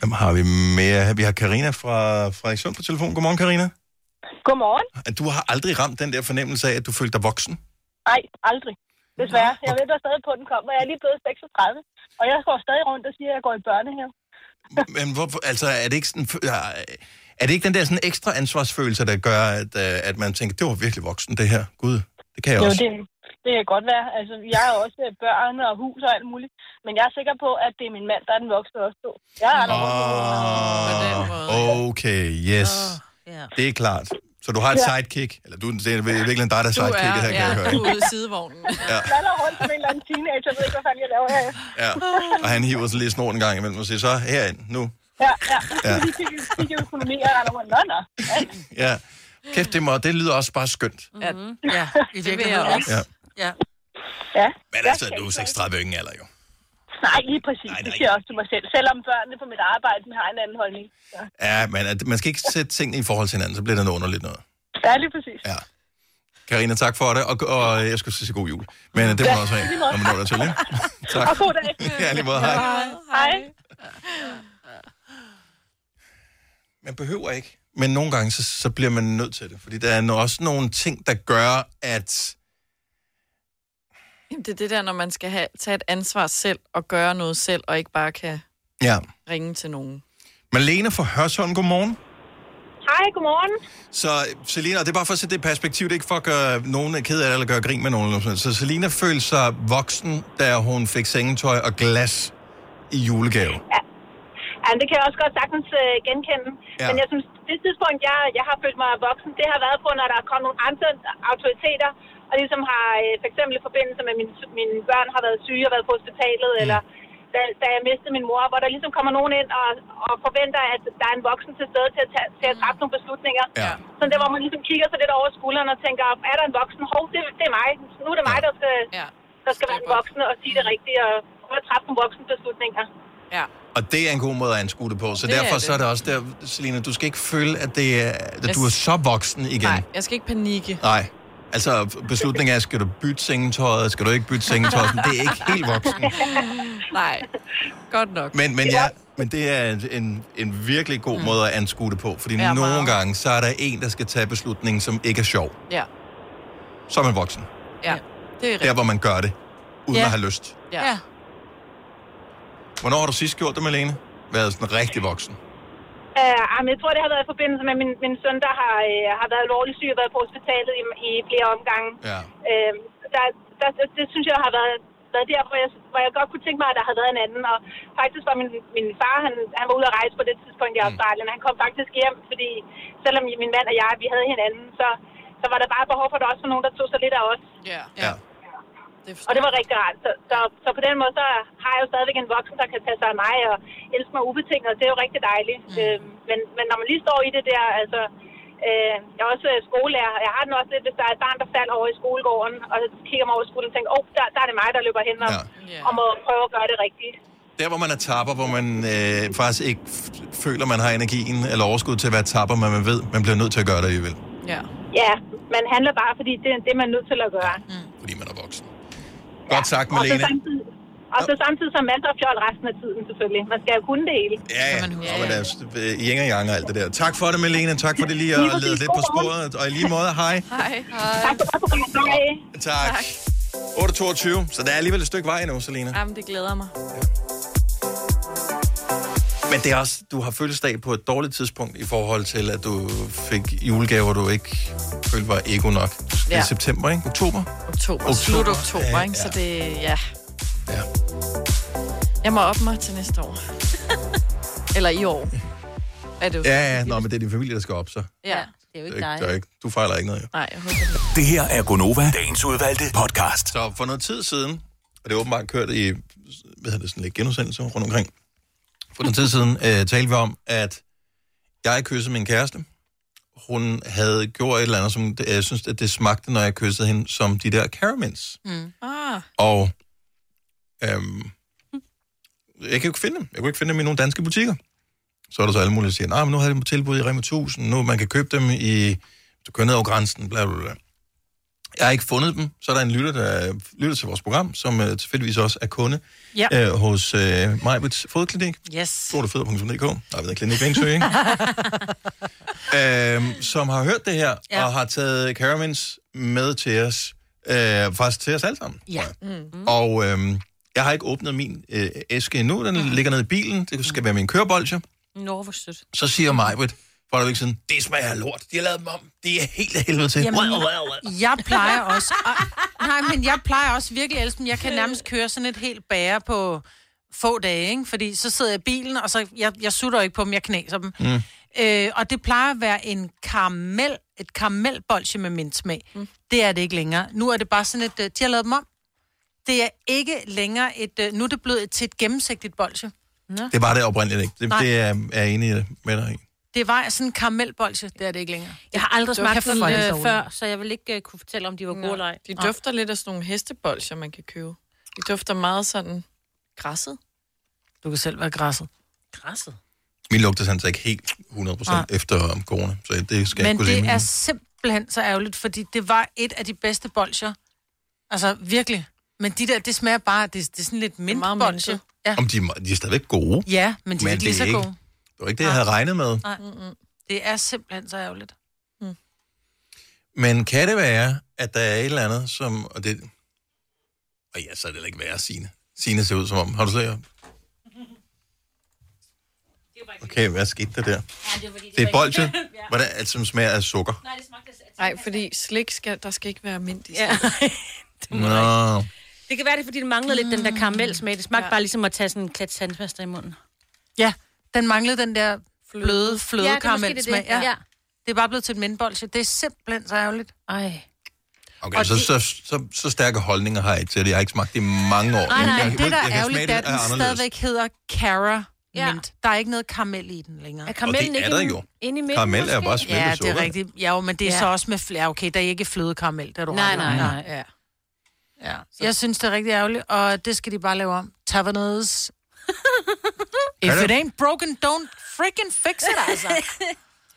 hvem har vi mere? Vi har Karina fra Frederikssund på telefon. Godmorgen, Karina.
Godmorgen.
At Du har aldrig ramt den der fornemmelse af, at du følte dig voksen.
Nej, aldrig. Desværre. Jeg venter stadig på, at den kommer. Jeg er lige blevet 36, og jeg går stadig rundt og siger, at jeg går i børnehave.
Men hvorfor, altså, er det ikke sådan... Er det ikke den der sådan ekstra ansvarsfølelse, der gør, at, øh, at man tænker, det var virkelig voksen, det her. Gud, det kan jeg
jo,
også.
Det, det kan godt være. Altså, jeg er også øh, børn og hus og alt muligt. Men jeg er sikker på, at det er min mand, der er den voksne også to. Jeg er aldrig
Oh, okay, yes. Det er klart. Så du har et
Ah, Ja.
sidekick. Eller du, det er virkelig dig, der er
Du er-
sidekicket her, kan
ja,
jeg høre.
du
ikke?
er-
ude i sidevognen.
Ja.
Blander rundt som en eller anden teenager, jeg ved ikke, hvad fanden jeg laver her.
Ja. Og han hiver sådan lige snor en gang imellem og siger, så herind, nu.
Ja, ja.
Ja.
ja. Vi fik, fik jo økonomi og render rundt. Nå, nå. Ja.
Ja. Kæft, det, må, det lyder også bare skønt.
Mm-hmm.
Ja, i
Det vil jeg
virkeligheden.
også.
ikke? Ja.
Ja.
ja.
Men altså, du er 36 ingen alder, jo.
Nej, lige præcis. Det siger jeg også til mig selv. Selvom børnene på mit arbejde har en anden holdning. Så.
Ja, men at, man skal ikke sætte tingene i forhold til hinanden, så bliver det noget underligt noget.
Ja, lige præcis.
Ja. Karina, tak for det, og, og jeg skulle sige god jul. Men øh, det må
Ja,
du også have,
lige måde.
når man når dertil, ikke? Tak.
Og god dag.
Ja, lige måde. Hej.
Hej.
Man behøver ikke. Men nogle gange, så, så bliver man nødt til det. Fordi der er no- også nogle ting, der gør, at...
Jamen, Det er det der, når man skal have, tage et ansvar selv og gøre noget selv, og ikke bare kan
Ja.
ringe til nogen.
Malene fra Hørsholm, godmorgen.
Hej, godmorgen.
Så Selina, det er bare for at sætte det i perspektiv, det er ikke for at gøre nogen ked af det, eller gøre grin med nogen. Eller sådan. noget. Så Selina følte sig voksen, da hun fik sengetøj og glas i julegave.
Ja, det kan jeg også godt sagtens øh, genkende.
Ja.
Ja. Men jeg synes, det tidspunkt, jeg, jeg har følt mig voksen, det har været på, når der er kommet nogle andre autoriteter, og ligesom har øh, for eksempel i forbindelse med, at mine, mine børn har været syge og været på hospitalet, mm. eller da, da jeg mistede min mor, hvor der ligesom kommer nogen ind og, og forventer, at der er en voksen til stede til at, tage, til at træffe nogle beslutninger.
Ja.
Så der, hvor man ligesom kigger sig lidt over skulderen og tænker, er der en voksen? Hov, det, det er mig. Nu er det mig, der skal,
ja.
der skal være den voksne og sige det rigtige og, og træffe nogle voksne beslutninger.
Ja.
Og det er en god måde at anskue det på. Så
Det er
derfor
det.
så er det også der, Selina, du skal ikke føle, at, det er, at du er så voksen igen.
Nej, jeg skal ikke panikke.
Nej. Altså, beslutningen er, skal du bytte sengetøjet, skal du ikke bytte sengetøjet? Sådan, Det er ikke helt voksen.
Nej, godt nok.
Men, men, ja, men det er en, en virkelig god mm. måde at anskue det på, fordi
Ja,
ja, nogle
meget.
gange, så er der en, der skal tage beslutningen, som ikke er sjov.
Ja,
Så er man voksen.
ja. Det er rigtigt.
Der, hvor man gør det, uden
Ja.
at have lyst.
Ja. ja.
Hvornår har du sidst gjort det, Malene? Været sådan rigtig voksen?
Uh, jamen, jeg tror, det har været i forbindelse med, at min, min søn, der har, øh, har været alvorligt syg og været på hospitalet i, i flere omgange.
Ja.
Øh, der, der, det, det synes jeg har været, været der, hvor jeg, hvor jeg godt kunne tænke mig, at der havde været en anden. Og faktisk var min, min far, han, han var ude at rejse på det tidspunkt i Australien. Han kom faktisk hjem, fordi selvom min mand og jeg, vi havde hinanden, så, så var der bare behov for, at der også var nogen, der tog sig lidt af os.
Ja.
ja.
Og det var rigtig rart. Så, så, så på den måde, så har jeg jo stadigvæk en voksen, der kan tage sig af mig og elske mig ubetinget, og det er jo rigtig dejligt. Mm. Øh, men, men når man lige står i det der, altså, øh, jeg er også øh, skolelærer, og jeg har den også lidt, hvis der er et barn, der falder over i skolegården, og så kigger mig over skulderen og tænker, åh, oh, der, der er det mig, der løber hen og,
ja.
og må prøve at gøre det rigtigt.
Der, hvor man er tapper, hvor man øh, faktisk ikke f- føler, man har energien eller overskud til at være tapper, men man ved, man bliver nødt til at gøre det alligevel.
Ja.
ja, man handler bare, fordi det er det, man er nødt til at gøre. Mm.
Godt sagt,
Og, så
Malene.
samtidig, og så samtidig så masser af fjol resten af tiden, selvfølgelig. Man skal jo kunne det hele.
Ja, ja. Og man er øh, i og jang og alt det der. Tak for det, Malene. Tak for det lige
Lige
at
præcis.
lede lidt på
God morgen.
sporet. Og i lige måde, hej.
Hej. Hej.
Tak for godt Hej.
Tak. 8.22, så der er alligevel et stykke vej endnu, Selina.
Jamen, det glæder mig.
Men det er også, du har fødselsdag på et dårligt tidspunkt i forhold til, at du fik julegaver, du ikke følte var ego nok. Det er
Ja.
september, ikke? Oktober?
Oktober.
Oktober.
Slut oktober,
Ja,
ikke? Så
ja.
det, ja.
Ja.
Jeg må op mig til næste år. Eller i år. Er det jo
Ja, ja. Nå, men det er din familie, der skal op, så.
ja. Det er jo
Det er ikke, der er ikke, du fejler ikke noget, jo.
Nej, jeg håber det.
Det her er Gonova, dagens udvalgte podcast. Så for noget tid siden, og det er åbenbart kørt i hvad hedder det, sådan lidt genudsendelse rundt omkring, for noget tid siden øh, talte vi om, at jeg kyssede min kæreste. Hun havde gjort et eller andet, som øh, jeg synes, at det smagte, når jeg kyssede hende, som de der caramels.
Mm. Ah.
Og øhm, jeg kan jo ikke finde dem. Jeg kunne ikke finde dem i nogle danske butikker. Så er der så alle mulige, der siger, nej, men nu har jeg dem på tilbud i Rema 1000, nu man kan købe dem i, du kører ned over grænsen, bla bla bla. Jeg har ikke fundet dem, så er der en lytter, der lytter til vores program, som uh, tilfældigvis også er kunde
Ja.
øh, hos uh, Majbrits Fodklinik.
Yes.
Sortefødder.dk. Nej, ved jeg, Klinik Ringsø, ikke? øhm, som har hørt det her, ja.
Ja.
og har taget Caramins med til os, øh, faktisk til os alle sammen.
Ja. Mm.
Og øhm, Jeg har ikke åbnet min øh, æske endnu. Den ligger nede i bilen. Det skal være min kørebolge.
Nå, hvor sødt.
Så
Mm.
siger Majbrit, for der ikke sådan, det smager af lort. De har lavet dem om. Det er helt af helvede til. Rød, rød, rød.
jeg plejer også... Og, nej, men jeg plejer også virkelig at elske dem. Jeg
Øh.
kan nærmest køre sådan et helt bære på få dage, ikke? Fordi så sidder jeg i bilen, og så... Jeg, jeg sutter ikke på dem, jeg knæser dem.
Mm.
Øh, og det plejer at være en karamel, et karamelbolsje med mint smag. Mm. Det er det ikke længere. Nu er det bare sådan et... øh, De har lavet dem om. Det er ikke længere et... øh, Nu er det blevet til et gennemsigtigt bolsje.
Det var det oprindeligt ikke. Det,
Nej.
det er, er jeg enig med dig i.
Det var sådan en karamelbolsje. Det er det ikke længere.
Jeg har aldrig
Det var
smagt
kæft,
dem
hvor er det
øh,
dårligt.
før, så jeg vil ikke øh, kunne fortælle, om de var gode eller ej.
De dufter lidt af sådan nogle hestebolcher, man kan købe. De dufter meget sådan græsset.
Du kan selv være græsset.
Græsset?
Min lugter sådan så ikke helt 100%
Nej.
efter om corona, så det skal jeg
Men
ikke kunne sige.
det er
min-
simpelthen så ærgerligt, fordi det var et af de bedste bolcher. Altså, virkelig. Men de der, det smager bare, det, det er sådan lidt mindre bolcher. Ja.
Om de, er me- de er stadigvæk gode.
ja, men de er ikke lige så gode.
Det var ikke det, jeg havde regnet med.
Nej.
Mm,
Mm-mm. Det er simpelthen så ærgerligt.
Men kan det være, at der er et eller andet, som... Og, det, og ja, så er det heller ikke værre, Signe. Signe ser ud som om... Har du set Okay, hvad skete der der? Det er et bolsje, hvordan, altså, som smager af sukker.
Nej, det smagte Nej, fordi slik skal, der skal ikke være mint i
Ja.
Nå.
Det kan være, det er, fordi det manglede lidt den der karamelsmag. Det smagte Mm. ja. bare ligesom at tage sådan en klat sandpasta i munden.
Ja, den manglede den der bløde, fløde
Ja,
ja,
det er måske det,
karamelsmag.
det er. Ja.
det er bare blevet til et mindbolsje. Det er simpelthen så ærgerligt. Ej.
Okay,
Og
så,
det-
så, så, så, stærke holdninger har jeg ikke til det. Jeg har ikke smagt det i mange år.
Nej,
Jeg-
nej,
jeg,
men det der er
jeg kan smage,
ærgerligt, det er, at
er
den
anderledes.
stadigvæk hedder Cara ja. Mint. Der er ikke noget karamel i den længere. Er
karamellen Og det er ikke der jo.
Inde i
midten Karamel er jo måske? bare smeltet
Ja, det
sukker.
er rigtigt. Ja, jo, men det er
Ja.
ja. så også med flere. Okay, der er ikke fløde karamel, der du
Nej,
ret i.
nej, nej.
Ja. ja. Jeg synes, det er rigtig ærgerligt, og det skal de bare lave om. Tavernes. If
Kan
it
der,
ain't broken, don't freaking fix it, altså.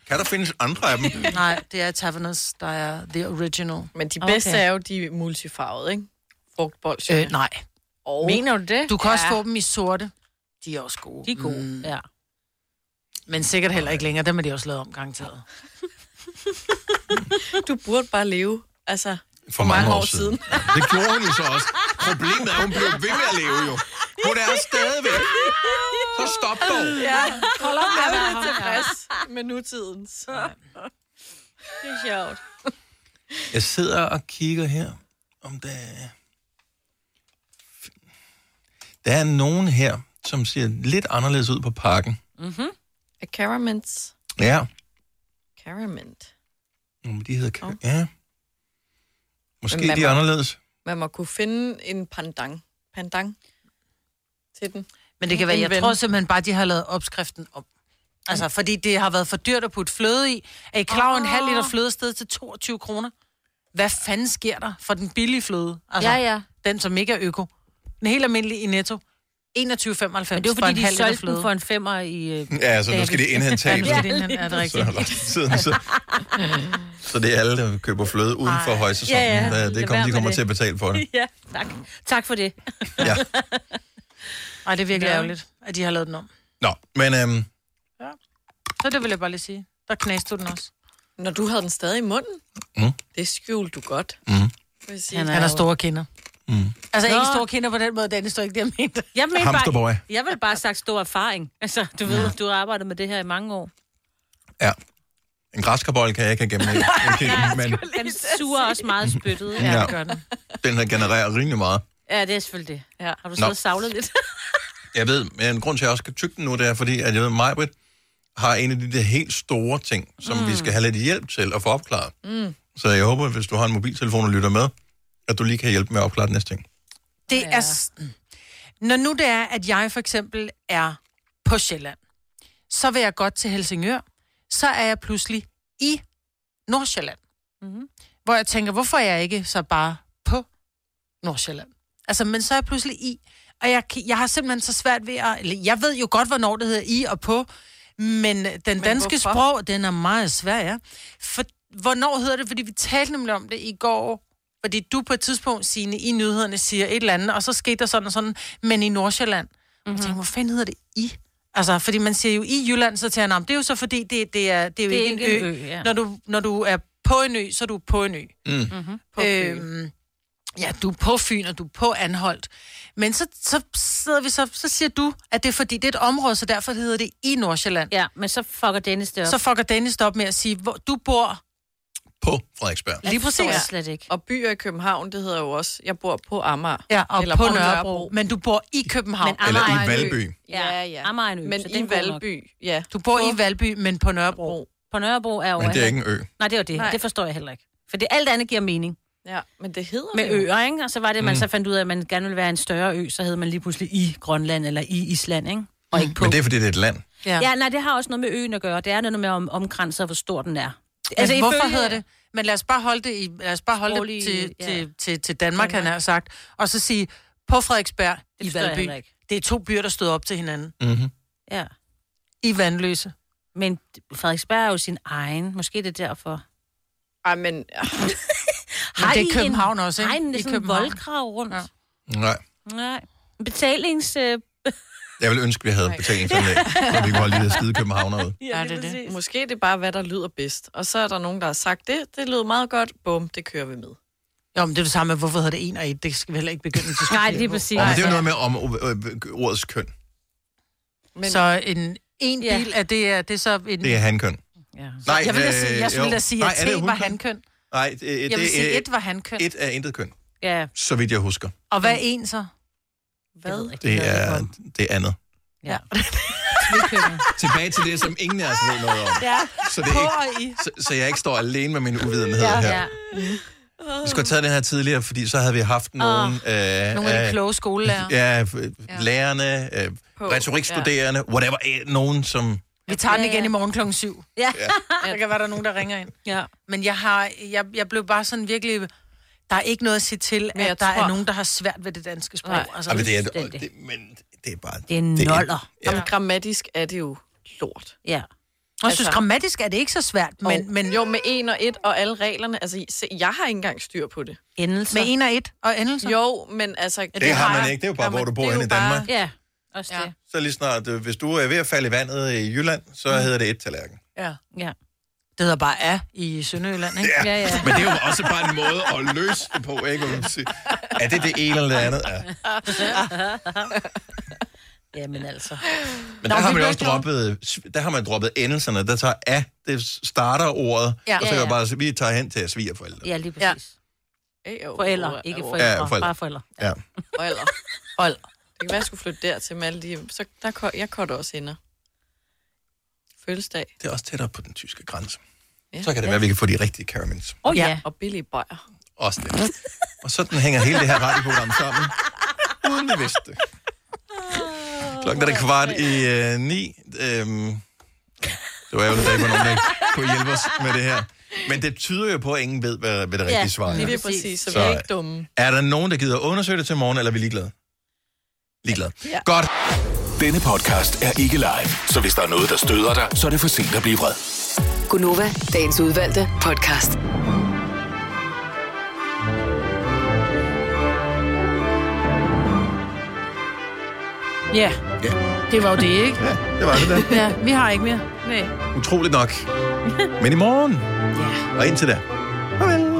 kan der findes andre af dem?
nej, det er Tavernes, der er the original.
Men de bedste er jo de multifarvede, ikke? Frugtbolcher.
Øh, nej.
Og...
Mener du
det?
Du kan ja. også
Ja.
få dem i sorte. De er også gode. De er gode, mm. ja. Men sikkert heller ikke længere. Dem er de også lavet om, garanteret.
Du burde bare leve, altså...
For mange år siden. Det gjorde hun jo så også. Problemet er, at hun blev ved med at leve jo. Hun er stadigvæk. Så stop dog.
Ja, hold op med
være
at være
ham, ja.
tilfreds med nutiden. Så. Det er sjovt.
Jeg sidder og kigger her, om der er... Der er nogen her, som ser lidt anderledes ud på pakken.
Mm-hmm. A caramint.
Ja,
Caramint.
men de hedder... Oh. Ja. Måske
Men man
de er
må-
anderledes.
Man må kunne finde en pandang. Pandang til den.
Men det kan være,
En
jeg
ven.
tror simpelthen bare, de har lavet opskriften om. Altså, fordi det har været for dyrt at putte fløde i. Er I klar over en halv liter fløde sted til 22 kroner? Hvad fanden sker der for den billige fløde? Altså,
Ja, ja.
Den, som ikke er øko. Den helt almindelige i netto. 21,95 Men det er
Men det er jo fordi, de solgte den for en femmer i... øh,
Ja, så nu skal de
David.
indhente tabet.
Ja, nu skal de indhente- ja, det er
Så, er der
rigtigt.
tiden, så, så det er alle, der køber fløde uden for
Ej.
højsæsonen.
Ja, ja.
Ja, ja.
Lad
Det
være
kommer, de
med
kommer
det.
til at betale for det.
Ja, tak. Tak for det.
Ja.
Nej, det er virkelig
Ja.
ærgerligt, at de har lavet den om.
Nå, men øhm,
Så det vil jeg bare lige sige. Der knaste du den også.
Når du havde den stadig i munden,
Mm.
det skjulte du godt.
Mm.
Han er- Han har store kinder.
Mm.
Altså,
Nå.
ikke store kinder på den måde, Dennis, du ikke det, jeg mente.
Jeg mener
Hamsterboy.
bare, jeg vil bare have sagt stor erfaring. Altså, du ved, du har arbejdet med det her i mange år.
en græskarbold kan jeg ikke have gennem en en kigge, men
Den suger også meget spyttet.
Ja, Ja. det gør
den.
den her genererer rimelig meget.
Ja, det er selvfølgelig det. Ja. Har du
Nå.
siddet og savlet lidt?
Jeg ved, men grund til, at jeg også skal tygge den nu, det er, fordi at jeg ved, Majbrit har en af de der helt store ting, som mm. vi skal have lidt hjælp til at få opklaret.
Mm.
Så jeg håber, hvis du har en mobiltelefon og lytter med, at du lige kan hjælpe med at opklare den næste ting.
Det ja. er... s- mm. Når nu det er, at jeg for eksempel er på Sjælland, så vil jeg godt til Helsingør, så er jeg pludselig i Nordsjælland.
Mhm.
Mm-hmm. Hvor jeg tænker, hvorfor er jeg ikke så bare på Nordsjælland? Altså, men så er jeg pludselig i, og jeg, kan- jeg har simpelthen så svært ved at... Eller jeg ved jo godt, hvornår det hedder i og på, men den men danske
hvorfor?
hvorfor? sprog, den er meget svær, ja. For, hvornår hedder det? Fordi vi talte nemlig om det i går, fordi du på et tidspunkt, sine i nyhederne siger et eller andet, og så skete der sådan og sådan, men i Nordsjælland. Mm-hmm. Jeg tænkte, hvor fanden hedder det i? Altså, fordi man siger jo i Jylland, så tager jeg, "Nå, men det er jo så fordi, det, det er, det er jo det er ikke, en ø. ø
ja.
når, du, når du er på en ø, så er du på en ø.
Mm.
Mm-hmm. Mhm. Øhm, Ja, du er på Fyn, og du er på Anholdt. Men så, så sidder vi så, så siger du, at det er fordi, det er et område, så derfor hedder det i Nordsjælland.
Ja, men så fucker Dennis det op.
Så fucker Dennis det op med at sige, hvor du bor...
På Frederiksberg.
Lige præcis.
jeg slet ikke. Og byer i København, det hedder jo også, jeg bor på Amager.
Ja, og på Nørrebro. Men du bor i København. Men
Eller
Amager
i
er en ø.
Valby.
Ja, ja.
Amager er en ø,
Men
så den
i
er god nok.
Valby, ja.
Du bor i Valby, men på Nørrebro.
På Nørrebro er jo...
Men det er ikke en ø.
Nej, det er jo det.
Nej.
Nej. Det forstår jeg heller ikke. For det, alt andet giver mening.
Ja, men det hedder
Med
det jo.
øer, ikke? Og så var det, man
Mm.
så fandt ud af, at man gerne ville være en større ø, så hed man lige pludselig i Grønland eller i Island, ikke? Og ikke på.
Mm. Men det er, fordi det er et land.
Ja. ja, nej, det har også noget med øen at gøre. Det er noget med om, omkranset og hvor stor den er.
Altså,
ifølge-
hvorfor hedder det? Men lad os bare holde det, i, lad os bare holde det til,
Sproglige, ja.
til, til, til Danmark, han har sagt. Og så sige, på Frederiksberg, i
forstår jeg heller
Valby.
ikke.
Det er to byer, der stod op til hinanden.
Mm-hmm.
Ja.
I vandløse.
Men Frederiksberg er jo sin egen. Måske er det derfor.
Ej, men...
Men det er København også, ikke?
Har I en
I
sådan en
København.
voldgrav rundt? Ja.
Nej.
Nej. Betalings... Øh,
Jeg ville ønske, vi havde betalingsanlæg, så vi kunne holde de her skide københavner ud.
Ja, det er det. Måske det er bare, hvad der lyder bedst. Og så er der nogen, der har sagt det. Det lød meget godt. Bum, det kører vi med.
Jo, men det er det samme med, hvorfor hedder det en og et? Det skal vi heller ikke begynde at diskutere
Nej, lige
på.
præcis.
Og men det er jo noget
Altså-
med om øh, øh, ordets køn.
Men... Så en, en bil, er det, er, det er så en...
Det er hankøn.
Ja.
Nej,
jeg vil da
øh,
sige, jeg
jo.
ville da sige,
Nej,
at
er
T
det
var
hunkøn?
hankøn.
Nej, øh, det,
Jeg vil sige,
er-
et var hankøn.
Et er intet køn,
Ja.
så vidt jeg husker.
Og hvad er en så? Hvad?
Det er det andet.
Ja.
Tilbage til det, som ingen af os ved noget om.
ja.
Så, det er ikke, så, så jeg ikke står alene med min uvidenhed ja. her.
Mm.
Vi skulle have taget den her tidligere, fordi så havde vi haft nogen... Øh,
Ah, Nogle af de kloge skolelærer.
Ja, f- lærerne, øh,
På,
retorikstuderende, whatever. øh, Nogen, som...
Vi tager den igen i morgen klokken syv.
Ja.
ja. Der kan være, der er nogen, der ringer ind. Ja. Men jeg, har, jeg, jeg blev bare sådan virkelig... Der er ikke noget at sige til,
Men jeg
at der tror...
tror-
er nogen, der har svært ved det danske sprog.
Nej.
Ej, men det er-
altså fuldstændig.
det- men det er bare...
Det er noller.
Ja.
Jamen, grammatisk er det jo lort. Altså-
Ja.
Og jeg synes, grammatisk er det ikke så svært, men... men
Jo, med en og et og alle reglerne. Altså, se, jeg har ikke engang styr på det.
Endelser.
Med en og et og endelser?
Jo, men altså...
Det, det har man ikke. Det er jo bare, hvor du bor henne i Danmark.
Ja, også det.
Så lige snart, øh, hvis du er ved at falde i vandet i Jylland, så hedder det et tallerken.
Ja.
ja.
Det hedder bare A i Sønderjylland, ikke?
Ja. Men det er jo også bare en måde at løse det på, ikke? Hvor man siger, Er det det ene eller det andet? Ja.
Jamen altså. Nå,
Men der har
vi
man jo
blev
også
klogere.
droppet, der har man droppet endelserne. Der tager af, det starter ordet,
Ja.
ja. og så
Ja,
kan
ja.
ja. bare sige, vi tager hen til svigerforældre.
Ja, lige præcis.
Ja.
Forældre, ikke forældre.
Ja, forældre.
Bare forældre.
Ja.
Forældre. Forældre. Det kan være, jeg skulle flytte dertil med alle de... Så der, ko- jeg korter også ender. Fødselsdag.
Det er også tættere på den tyske grænse.
Ja.
Ja. Så kan det være, at vi kan få de rigtige caramins.
Åh oh, ja.
Og billige bøjer.
Også det. Og sådan hænger hele det her radioprogram sammen, uden vi vidste det. Klokken er det kvart i øh, ni. Øhm, det var ærgerligt, at der nogen, der ikke kunne hjælpe os med det her. Men det tyder jo på, at ingen ved, hvad, hvad det rigtige svar er.
det er præcis, så vi er ikke dumme.
Er der nogen, der gider undersøge det til morgen, eller er vi ligeglade? Ligeglade. Ja. Godt.
Denne podcast er ikke live, så hvis der er noget, der støder dig, så er det for sent at blive vred.
Gunova, dagens udvalgte podcast.
Ja.
Ja.
Det var jo det, ikke?
Ja, det var det da.
ja, vi har ikke mere. Nej.
Utroligt nok. Men i morgen. Og indtil da. Farvel.